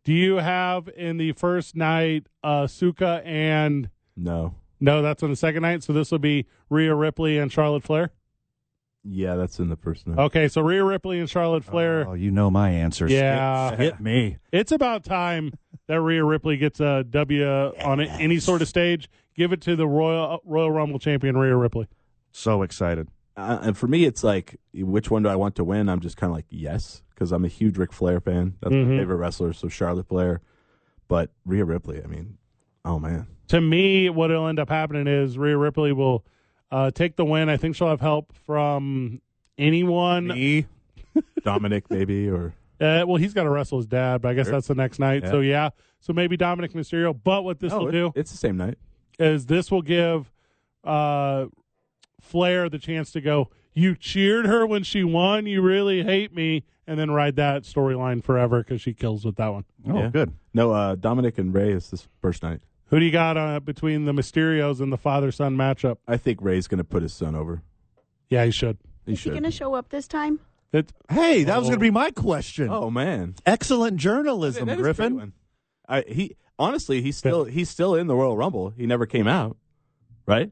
Do you have in the first night uh Suka and
No,
no, that's on the second night, so this will be Rhea Ripley and Charlotte Flair?
yeah, that's in the first night.
Okay, so Rhea Ripley and Charlotte Flair.
Oh, you know my answers.
Yeah.
Skip- skip me.
It's about time that Rhea Ripley gets a W on a- any sort of stage. Give it to the Royal Royal Rumble champion Rhea Ripley.
So excited.
Uh, and for me, it's like, which one do I want to win? I'm just kind of like, yes, because I'm a huge Ric Flair fan. That's
Mm-hmm.
my favorite wrestler. So Charlotte Flair, but Rhea Ripley. I mean, oh man,
to me, what will end up happening is Rhea Ripley will uh, take the win. I think she'll have help from anyone.
Me.
Dominic maybe or
Uh, well, he's got to wrestle his dad, but I guess that's the next night. So yeah, so maybe Dominic Mysterio. But what this will
it-
do
Oh, It's the same night.
is this will give uh, Flair the chance to go. You cheered her when she won. You really hate me, and then ride that storyline forever because she kills with that one.
Oh,
Yeah.
good.
No, uh, Dominic and Ray is this first night.
Who do you got uh, between the Mysterios and the father son matchup?
I think Ray's going to put his son over.
Yeah, he should.
He
Is he
should.
going to show up this time?
It,
Hey, that was gonna be my question.
oh man,
Excellent journalism,
That is a great
Griffin.
one. I, he honestly, he's still he's still in the Royal Rumble. He never came out, right?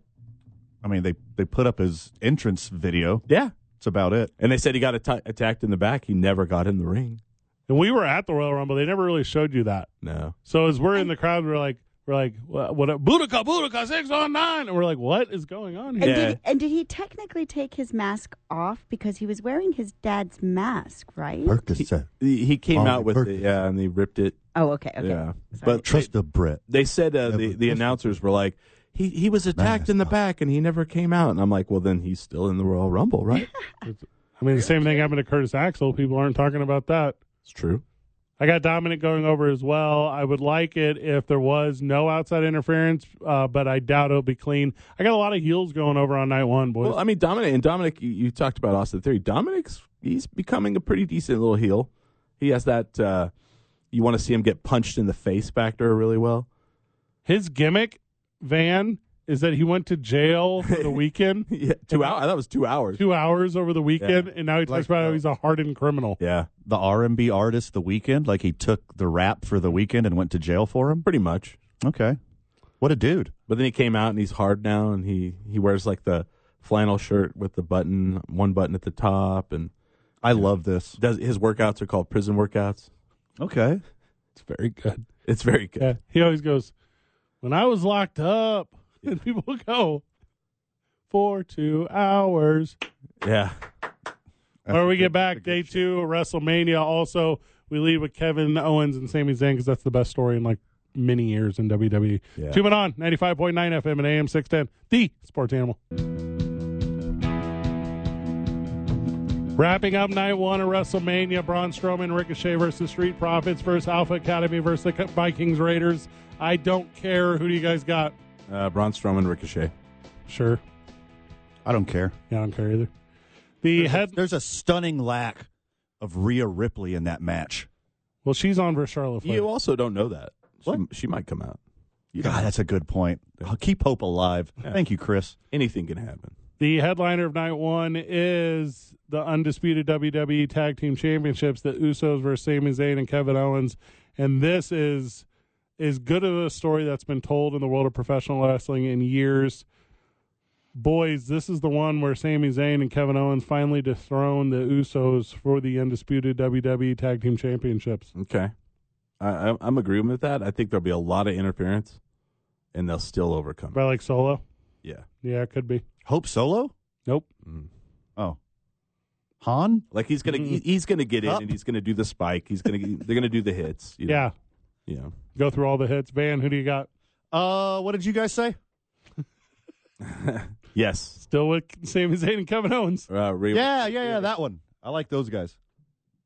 I mean, they they put up his entrance video.
Yeah.
That's about it.
And they said he got atta- attacked in the back. He never got in the ring.
and we were at the Royal Rumble. They never really showed you that.
No.
So as we're in the crowd, we're like, we're like, what? what Budoka, Budoka, six on nine, and we're like, what is going on
And,
here?
did, and did he technically take his mask off because he was wearing his dad's mask, right?
Percocet.
He, he came
Molly
out with
Perkins.
the, yeah, and they ripped it.
Oh, okay, okay.
Yeah.
Sorry.
But
Trust the Brit.
they said uh, the the announcers were like, he he was attacked in the back and he never came out. And I'm like, well, then he's still in the Royal Rumble, right?
I mean, the same thing happened to Curtis Axel. People aren't talking about that.
it's true.
I got Dominic going over as well. I would like it if there was no outside interference, uh, but I doubt it'll be clean. I got a lot of heels going over on night one, boys.
Well, I mean, Dominic and Dominic, you, you talked about Austin Theory. Dominic's he's becoming a pretty decent little heel. He has that. Uh, you want to see him get punched in the face factor really well.
His gimmick, Van, is that he went to jail for the weekend,
yeah, two hours. I thought it was two hours.
two hours over the weekend, and now he talks about how he's a hardened criminal.
Yeah,
The R and B artist, The Weekend, like he took the rap for The Weekend and went to jail for him.
pretty much.
Okay, what a dude.
But then he came out and he's hard now, and he he wears like the flannel shirt with the button, one button at the top, and
I love this.
does his workouts are called prison workouts.
Okay,
It's very good.
It's very good.
Yeah, he always goes, When I was locked up, and people go, For two hours.
Yeah,
Or we get back, day two of WrestleMania. Also, we lead with Kevin Owens and Sami Zayn because that's the best story in like many years in WWE.
Yeah.
Tune it on 95.9 FM and AM 610, the sports animal. Wrapping up night one of WrestleMania, Braun Strowman, Ricochet versus Street Profits versus Alpha Academy versus the Vikings Raiders. I don't care. Who do you guys got?
Uh, Braun Strowman, Ricochet.
Sure.
I don't care.
Yeah, I don't care either. The head.
There's a stunning lack of Rhea Ripley in that match.
Well, she's on versus Charlotte Flair.
You also don't know that. She, she might come out.
God, that's a good point. I'll keep hope alive. Thank you, Chris.
Anything can happen.
The headliner of night one is the undisputed WWE Tag Team Championships, the Usos versus Sami Zayn and Kevin Owens, and this is as good of a story that's been told in the world of professional wrestling in years. Boys, this is the one where Sami Zayn and Kevin Owens finally dethrone the Usos for the undisputed WWE Tag Team Championships.
Okay, I, I, I'm agreeing with that. I think there'll be a lot of interference, and they'll still overcome.
By like solo,
it. Yeah,
yeah, it could be.
Hope Solo.
Nope.
Oh, Han.
like he's gonna
Mm-hmm.
he, he's gonna get in
Up.
and he's gonna do the spike. He's gonna they're gonna do the hits. you know?
Yeah,
yeah.
go through all the hits. Van, who do you got?
Uh, what did you guys say?
Yes.
Still with Sami Zayn and Kevin Owens.
Uh, Rhea-
Yeah, yeah, yeah. That one. I like those guys.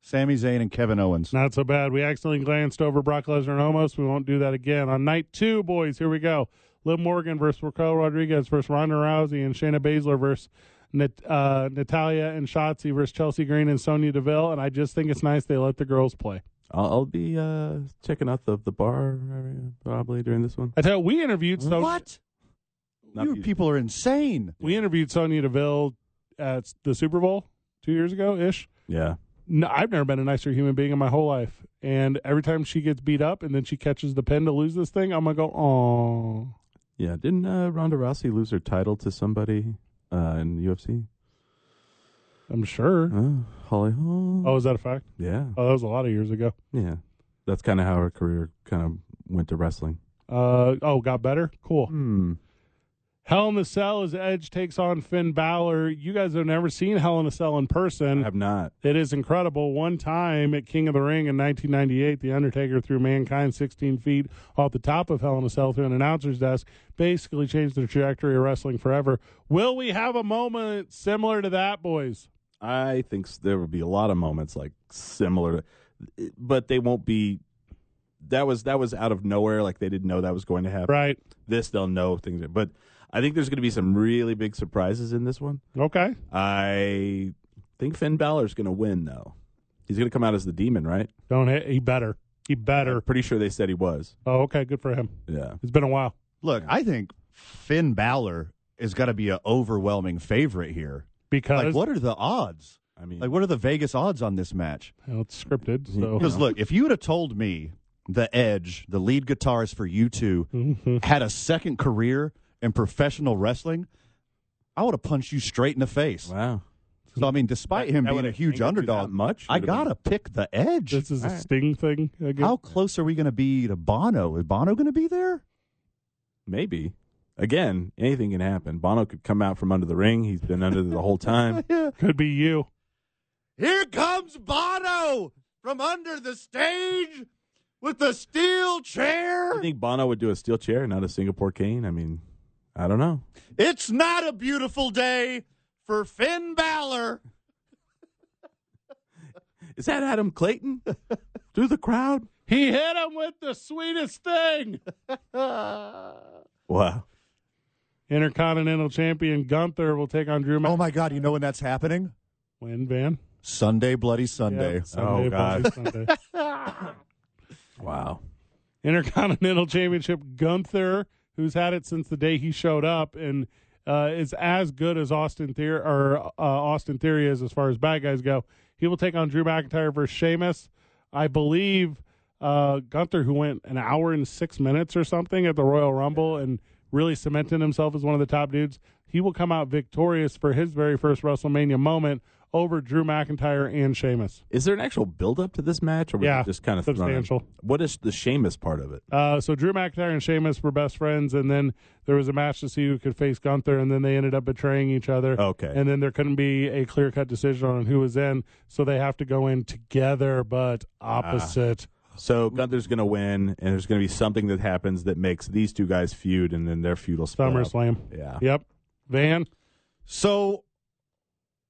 Sami Zayn and Kevin Owens.
Not so bad. We accidentally glanced over Brock Lesnar and Homos. We won't do that again. On night two, boys, here we go. Liv Morgan versus Raquel Rodriguez versus Ronda Rousey and Shayna Baszler versus Nat- uh, Natalia and Shotzi versus Chelsea Green and Sonya Deville. And I just think it's nice they let the girls play.
I'll, I'll be uh, checking out the, the bar area probably during this one.
I tell you, we interviewed so
what?
Not
you
you.
people are insane.
we interviewed Sonya Deville at the Super Bowl two years ago ish.
Yeah.
no, I've never been a nicer human being in my whole life. And every time she gets beat up and then she catches the pin to lose this thing, I'm gonna go, oh.
Yeah. Didn't uh, Ronda Rousey lose her title to somebody uh, in UFC?
I'm sure.
Uh, Holly Holm.
Oh, is that a fact?
yeah.
Oh, that was a lot of years ago.
Yeah. That's kind of how her career kind of went to wrestling.
Uh, oh, got better. Cool.
Hmm.
Hell in the Cell as Edge takes on Finn Balor. You guys have never seen Hell in a Cell in
I
person.
have not.
It is incredible. One time at King of the Ring in 1998, The Undertaker threw Mankind 16 feet off the top of Hell in a Cell through an announcer's desk, basically changed the trajectory of wrestling forever. Will we have a moment similar to that, boys?
I think s- there would be a lot of moments like similar to, but they won't be. That was that was out of nowhere. Like they didn't know that was going to happen.
Right.
This they'll know things, are- but I think there's going to be some really big surprises in this one.
Okay.
I think Finn Balor's going to win though. He's going to come out as the demon, right?
Don't hit. He better. He better.
Pretty sure they said he was.
Oh, okay. Good for him.
Yeah.
It's been a while.
Look, I think Finn Balor has got to be an overwhelming favorite here.
Because
Like, what are the odds?
I mean,
Like, what are the Vegas odds on this match?
Well, it's scripted. So
Because look, if you would have told me the Edge, the lead guitarist for U2,
Mm-hmm.
had a second career in professional wrestling, I would have punched you straight in the face.
wow.
So I mean, despite him
that
being
would
a
have
huge
angered you
underdog,
that much?
I
Would have
gotta pick the Edge.
this is a sting thing. Again.
How close are we gonna be to Bono? Is Bono gonna be there?
Maybe. Again, anything can happen. Bono could come out from under the ring. He's been under the whole time.
Could be you.
Here comes Bono from under the stage with the steel
I
chair.
think Bono would do a steel chair, not a Singapore cane. I mean, I don't know.
It's not a beautiful day for Finn Balor.
Is that Adam Clayton through the crowd?
He hit him with the sweetest thing.
Wow.
Intercontinental Champion Gunther will take on Drew. Mc-
Oh my God! You know when that's happening?
Win Van.
Sunday, Bloody Sunday.
Yeah, Sunday,
Oh, God.
Bloody Sunday.
Wow.
Intercontinental Championship Gunther, who's had it since the day he showed up, and uh, is as good as Austin Theory or uh, Austin Theory is as far as bad guys go. He will take on Drew McIntyre versus Sheamus. I believe uh, Gunther, who went an hour and six minutes or something at the Royal Rumble and really cemented himself as one of the top dudes, he will come out victorious for his very first WrestleMania moment over Drew McIntyre and Sheamus.
Is there an actual build-up to this match, or was
Yeah,
it just kind of thrown in?
substantial.
What is the Sheamus part of it?
Uh, so Drew McIntyre and Sheamus were best friends, and then there was a match to see who could face Gunther, and then they ended up betraying each other.
Okay.
And then there couldn't be a clear cut decision on who was in, so they have to go in together but
Ah.
opposite.
So Gunther's going to win, and there's going to be something that happens that makes these two guys feud, and then their feud will split up.
SummerSlam.
Yeah.
Yep. Van.
So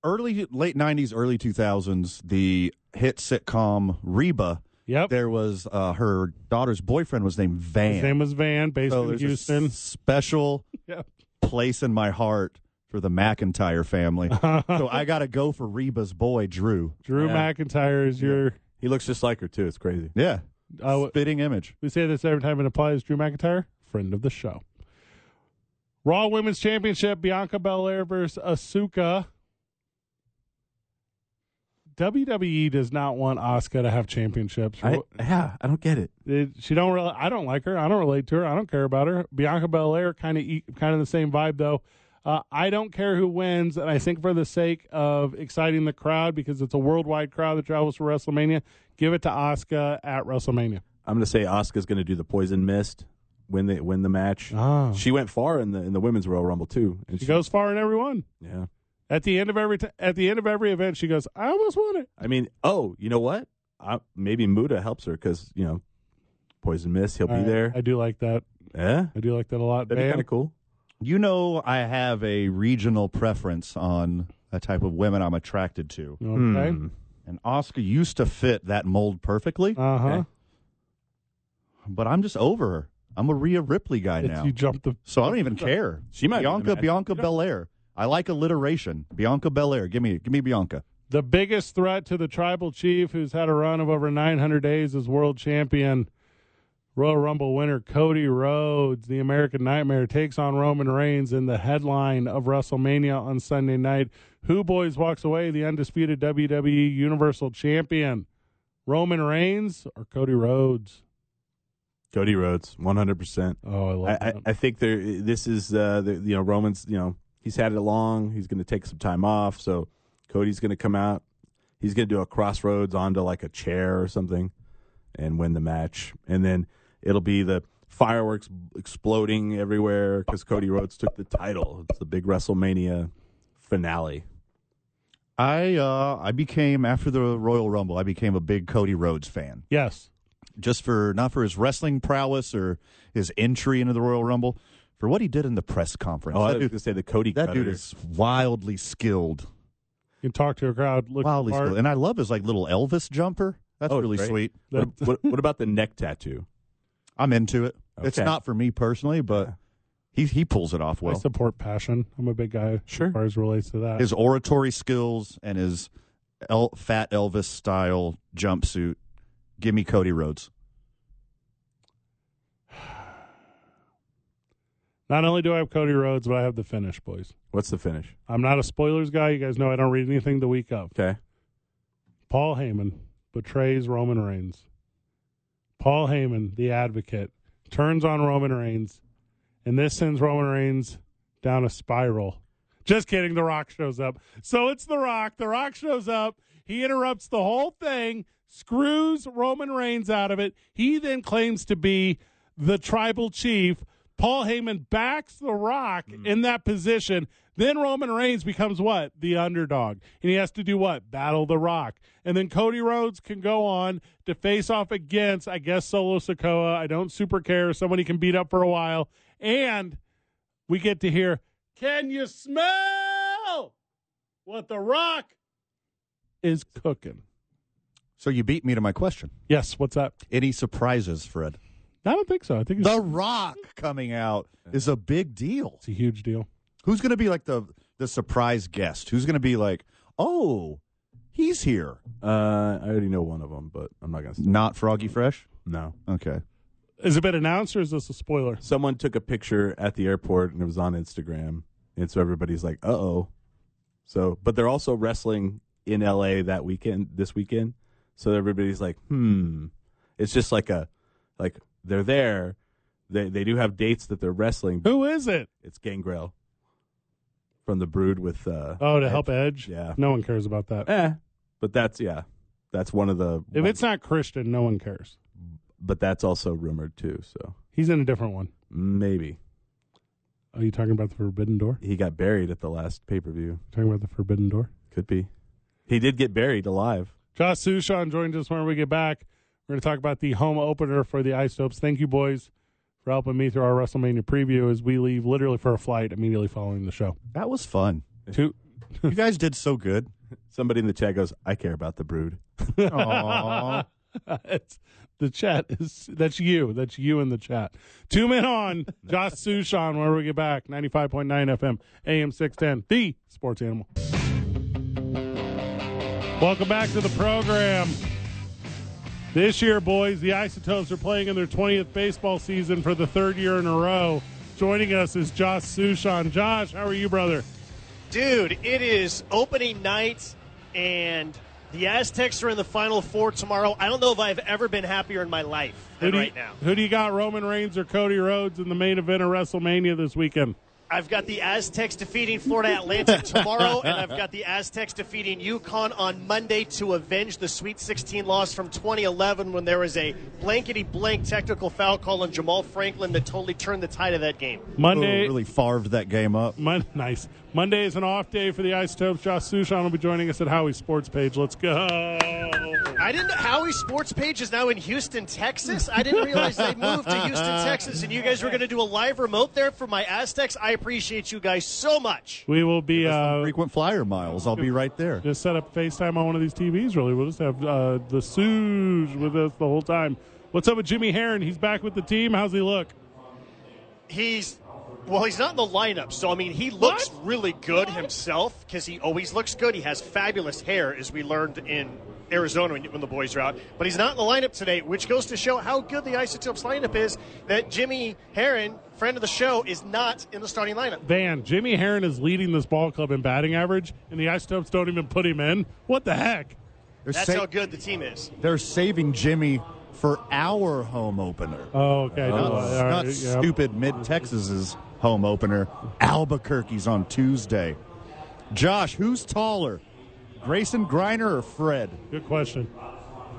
early late 90s early 2000s the hit sitcom Reba
Yep.
there was uh, her daughter's boyfriend was named Van
His name was Van, based
so
in
there's a
Houston.
s- special
Yep.
place in my heart for the McIntyre family so I got to go for Reba's boy Drew
Drew
Yeah.
McIntyre is your.
He looks just like her too. It's crazy.
yeah
Uh,
spitting image
We say this every time it applies. Drew McIntyre, friend of the show. Raw Women's Championship: Bianca Belair versus Asuka. WWE E does not want Asuka to have championships.
I, yeah, I don't get it.
It- she don't. Really, I don't like her. I don't relate to her. I don't care about her. Bianca Belair kind of kind of the same vibe though. Uh, I don't care who wins, and I think for the sake of exciting the crowd, because it's a worldwide crowd that travels for WrestleMania, give it to Asuka at WrestleMania.
I'm going to say Asuka's going to do the poison mist, win the win the match.
Ah.
She went far in the in the women's Royal Rumble too. And
She goes far in every one.
yeah.
At the end of every t- at the end of every event, she goes, "I almost won it."
I mean, oh, you know what? I, maybe Muda helps her because you know, poison mist. He'll be
I-
there.
I do like that.
yeah,
I do like that a lot.
that'd be
Van?
kind of cool.
you know I have a regional preference on a type of women I'm attracted to
Okay.
Hmm.
And Oscar used to fit that mold perfectly,
Uh huh.
but I'm just over her. I'm a Rhea Ripley guy now.
You jumped the.
So I don't even care.
She might be the
Bianca
man.
Bianca Belair. I like alliteration. Bianca Belair. Give me give me Bianca.
The biggest threat to the tribal chief, who's had a run of over 900 days as world champion, Royal Rumble winner Cody Rhodes, the American Nightmare, takes on Roman Reigns in the headline of WrestleMania on Sunday night. Who Boys walks away the undisputed WWE Universal Champion, Roman Reigns or Cody Rhodes?
Cody Rhodes, one hundred percent.
Oh, I love
I, I,
that.
I think there. This is uh, the, you know Roman's. You know he's had it long. He's going to take some time off. So Cody's going to come out. He's going to do a crossroads onto like a chair or something, and win the match. And then it'll be the fireworks exploding everywhere because Cody Rhodes took the title. It's the big WrestleMania finale.
I uh I became after the Royal Rumble, I became a big Cody Rhodes fan.
yes.
Just for not for his wrestling prowess or his entry into the Royal Rumble, for what he did in the press conference.
Oh,
that
I was
dude,
going to say the Cody.
that dude
cutter.
is wildly skilled.
You can talk to a crowd. Look
Wildly
the part.
skilled. And I love his like little Elvis jumper. That's
Oh,
really
great.
sweet.
What, what, what about the neck tattoo?
I'm into it. It's
Okay.
not for me personally, but he he pulls it off
I
well.
support passion. I'm a big guy
Sure.
as far as relates to that.
his oratory skills and his El- fat Elvis style jumpsuit. Give me Cody Rhodes.
Not only do I have Cody Rhodes, but I have the finish, boys.
What's the finish?
I'm not a spoilers guy. You guys know I don't read anything the week of.
Okay.
Paul Heyman betrays Roman Reigns. Paul Heyman, the advocate, turns on Roman Reigns, and this sends Roman Reigns down a spiral. Just kidding. The Rock shows up. So it's The Rock. The Rock shows up. He interrupts the whole thing, screws Roman Reigns out of it. He then claims to be the tribal chief. Paul Heyman backs The Rock in that position. Then Roman Reigns becomes what? The underdog. And he has to do what? Battle The Rock. And then Cody Rhodes can go on to face off against, I guess, Solo Sokoa. I don't super care. Someone he can beat up for a while. And we get to hear can you smell what the rock is cooking
So you beat me to my question.
yes what's up
Any surprises, Fred?
i don't think so i think it's,
The Rock coming out is a big deal.
it's a huge deal
Who's going to be like the the surprise guest? Who's going to be like, oh, he's here?
Uh, I already know one of them, but I'm not going to.
Not Froggy Fresh.
No.
Okay.
is it been announced or is this a spoiler
someone took a picture at the airport and it was on Instagram. And so everybody's like, uh oh. So, but they're also wrestling in LA that weekend, this weekend. So everybody's like, hmm. It's just like a, like they're there. They, they do have dates that they're wrestling, but
who is it
it's Gangrel from the Brood with, uh,
oh to help edge
Yeah.
no one cares about that
eh. But that's, yeah, that's one of the,
if it's not christian no one cares
but that's also rumored too. So
he's in a different one
maybe
are you talking about the forbidden door
he got buried at the last pay per view.
talking about the forbidden door
Could be. He did get buried alive.
Josh Sushan joins us when we get back. We're going to talk about the home opener for the Ice Dopes. Thank you, boys, for helping me through our WrestleMania preview as we leave literally for a flight immediately following the show.
That was fun.
Two.
You guys did so good.
Somebody in the chat goes, I care about the brood.
Aw.
it's, the chat is that's you. That's you in the chat. Two men on Josh Sushan when we get back. 95.9 FM, AM 610, the sports animal. Welcome back to the program. This year, boys, the Isotopes are playing in their 20th baseball season for the third year in a row. Joining us is Josh Sushan. Josh, how are you, brother?
Dude, it is opening night, and the Aztecs are in the Final Four tomorrow. I don't know if I've ever been happier in my life
Who
than
do you-
right now.
Who do you got, Roman Reigns or Cody Rhodes, in the main event of WrestleMania this weekend?
I've got the Aztecs defeating Florida Atlantic tomorrow, and I've got the Aztecs defeating Yukon on Monday to avenge the Sweet 16 loss from 2011 when there was a blankety blank technical foul call on Jamal Franklin that totally turned the tide of that game.
Monday,
Ooh, Oh, really farved that game up.
Mon- nice. Monday is an off day for the Isotopes. Josh Sushan will be joining us at Howie's Sports page. Let's go.
I didn't. Howie Sports Page is now in Houston, Texas. I didn't realize they moved to Houston, Texas, and you guys were going to do a live remote there for my Aztecs. I appreciate you guys so much.
We will be uh,
frequent flyer miles. I'll be right there.
Just set up FaceTime on one of these TVs, really. We'll just have uh, the Suge with us the whole time. What's up with Jimmy Heron? He's back with the team. How's he look?
He's well, he's not in the lineup, so I mean, he looks really good himself because he always looks good. He has fabulous hair, as we learned in Arizona when, when the boys are out. But he's not in the lineup today, which goes to show how good the Isotopes lineup is. That Jimmy Heron, friend of the show, is not in the starting lineup.
Van, Jimmy Heron is leading this ball club in batting average, and the Isotopes don't even put him in. What the heck?
They're,
That's
sa-
how good the team is.
they're saving Jimmy for our home opener.
Oh, okay.
not
All right,
not
yeah.
stupid Mid Texas's home opener. Albuquerque's on Tuesday. Josh, who's taller, Grayson Griner or Fred?
Good question.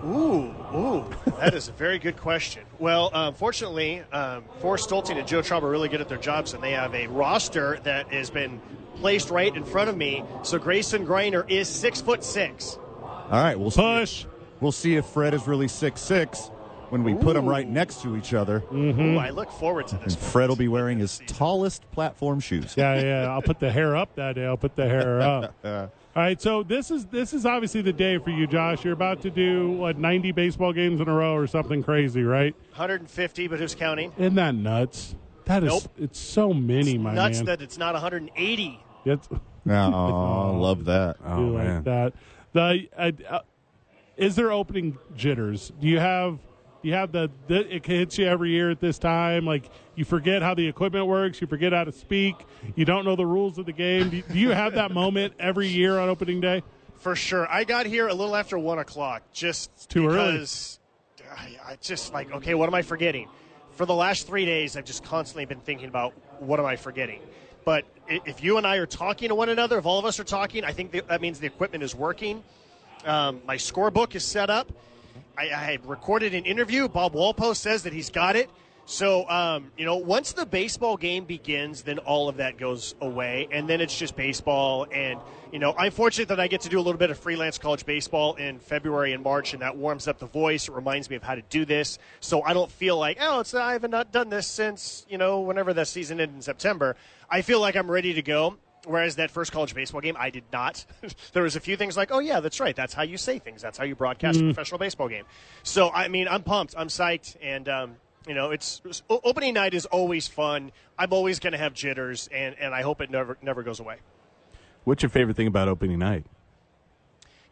Ooh, ooh, that is a very good question. Well, um, fortunately, um, Forrest Stolting and Joe Traub are really good at their jobs, and they have a roster that has been placed right in front of me. So Grayson Griner is six foot six.
All right, we'll see.
Push.
We'll see if Fred is really six six when we put him right next to each other.
Mm.
Ooh, I look forward to this.
Mm-hmm. And Fred will be wearing his tallest platform shoes.
Yeah, yeah. I'll put the hair up that day. I'll put the hair up. All right. So this is this is obviously the day for you, Josh. You're about to do what 90 baseball games in a row or something crazy, right?
150, but who's counting?
Isn't that nuts? That is.
Nope.
It's so many, my
Nuts
man.
that it's not 180.
It's-
Oh, love that.
Oh,
you like
man.
that. The uh, uh, is there opening jitters? Do you have do you have the, the it hits you every year at this time? Like you forget how the equipment works, you forget how to speak, you don't know the rules of the game. Do, do you have that moment every year on opening day?
For sure. I got here a little after one o'clock. Just
too early.
because I, I just like, okay, what am I forgetting? For the last three days, I've just constantly been thinking about what am I forgetting. But i- if you and I are talking to one another, if all of us are talking, I think that that means the equipment is working. Um, my scorebook is set up. I, I recorded an interview. Bob Walpo says that he's got it. So, um, you know, once the baseball game begins, then all of that goes away, and then it's just baseball. And, you know, I'm fortunate that I get to do a little bit of freelance college baseball in February and March, and that warms up the voice. It reminds me of how to do this. So I don't feel like, oh, it's, I haven't not done this since, you know, whenever the season ended in September. I feel like I'm ready to go. Whereas that first college baseball game, I did not. there was a few things like, oh yeah, that's right. That's how you say things. That's how you broadcast a professional baseball game. So I mean, I'm pumped. I'm psyched, and um, you know, it's, it's- o- opening night is always fun. I'm always going to have jitters, and, and I hope it never never goes away.
What's your favorite thing about opening night?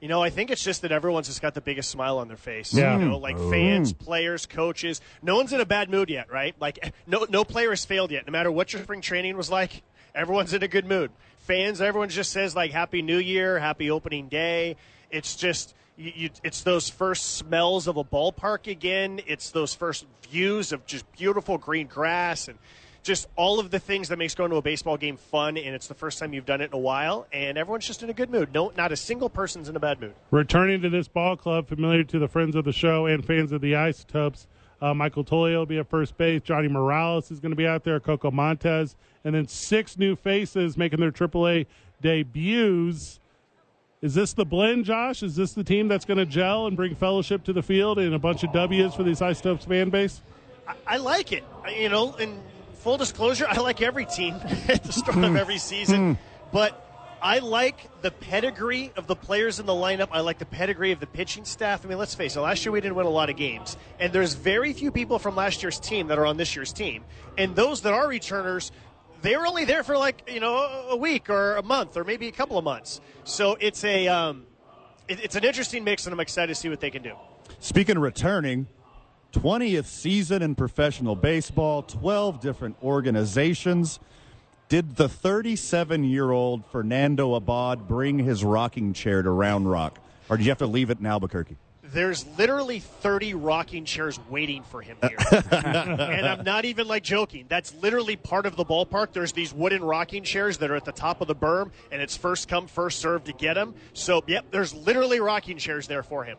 You know, I think it's just that everyone's just got the biggest smile on their face.
Yeah.
You know, like fans, players, coaches. No one's in a bad mood yet, right? Like no no player has failed yet. No matter what your spring training was like, everyone's in a good mood. Fans, everyone just says like happy new year, happy opening day. It's just you, you, it's those first smells of a ballpark again. It's those first views of just beautiful green grass and just all of the things that makes going to a baseball game fun and it's the first time you've done it in a while and everyone's just in a good mood no not a single person's in a bad mood
Returning to this ball club, familiar to the friends of the show and fans of the Isotopes, uh, Michael Tolio will be at first base. Johnny Morales is going to be out there. Coco Montez, and then six new faces making their AAA debuts. Is this the blend, Josh? Is this the team that's going to gel and bring fellowship to the field and a bunch of W's for these Isotopes fan base?
I like it. I- You know, in full disclosure, I like every team at the start of every season, but I like the pedigree of the players in the lineup. I like the pedigree of the pitching staff. I mean, let's face it, last year we didn't win a lot of games, and there's very few people from last year's team that are on this year's team. And those that are returners, they were only there for like, you know, a- a week or a month or maybe a couple of months. So it's a um, it- it's an interesting mix, and I'm excited to see what they can do.
Speaking of returning, 20th season in professional baseball, 12 different organizations. Did the 37 year old Fernando Abad bring his rocking chair to Round Rock? Or do you have to leave it in Albuquerque?
There's literally 30 rocking chairs waiting for him here. and I'm not even like joking. That's literally part of the ballpark. There's these wooden rocking chairs that are at the top of the berm, and it's first come, first served to get them. So, yep, there's literally rocking chairs there for him.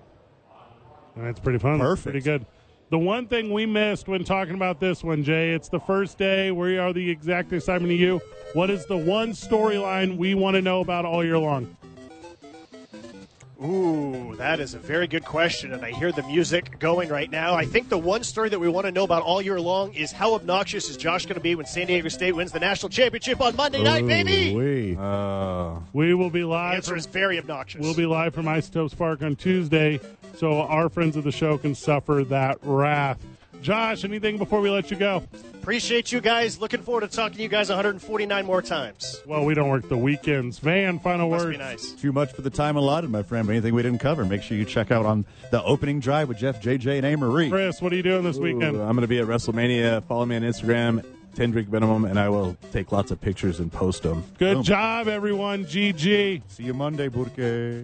That's pretty fun.
Perfect.
Pretty good. The one thing we missed when talking about this one, Jay, it's the first day. We are the exact assignment of you. What is the one storyline we want to know about all year long?
Ooh, that is a very good question, and I hear the music going right now. I think the one story that we want to know about all year long is how obnoxious is Josh going to be when San Diego State wins the national championship on Monday night, baby?
We. we will be live.
Answer is very obnoxious.
We'll be live from Isotopes Park on Tuesday, so our friends of the show can suffer that wrath. Josh, anything before we let you go?
Appreciate you guys. Looking forward to talking to you guys 149 more times.
Well, we don't work the weekends. Van, final
Must
words.
be nice.
Too much for the time allotted, my friend. But anything we didn't cover, make sure you check out on the opening drive with Jeff, JJ, and A. Marie.
Chris, what are you doing this weekend?
uh,
Ooh, I'm going to be at WrestleMania. Follow me on Instagram, 10 drink minimum, and I will take lots of pictures and post them.
Good job, everyone. GG.
See you Monday, Burke.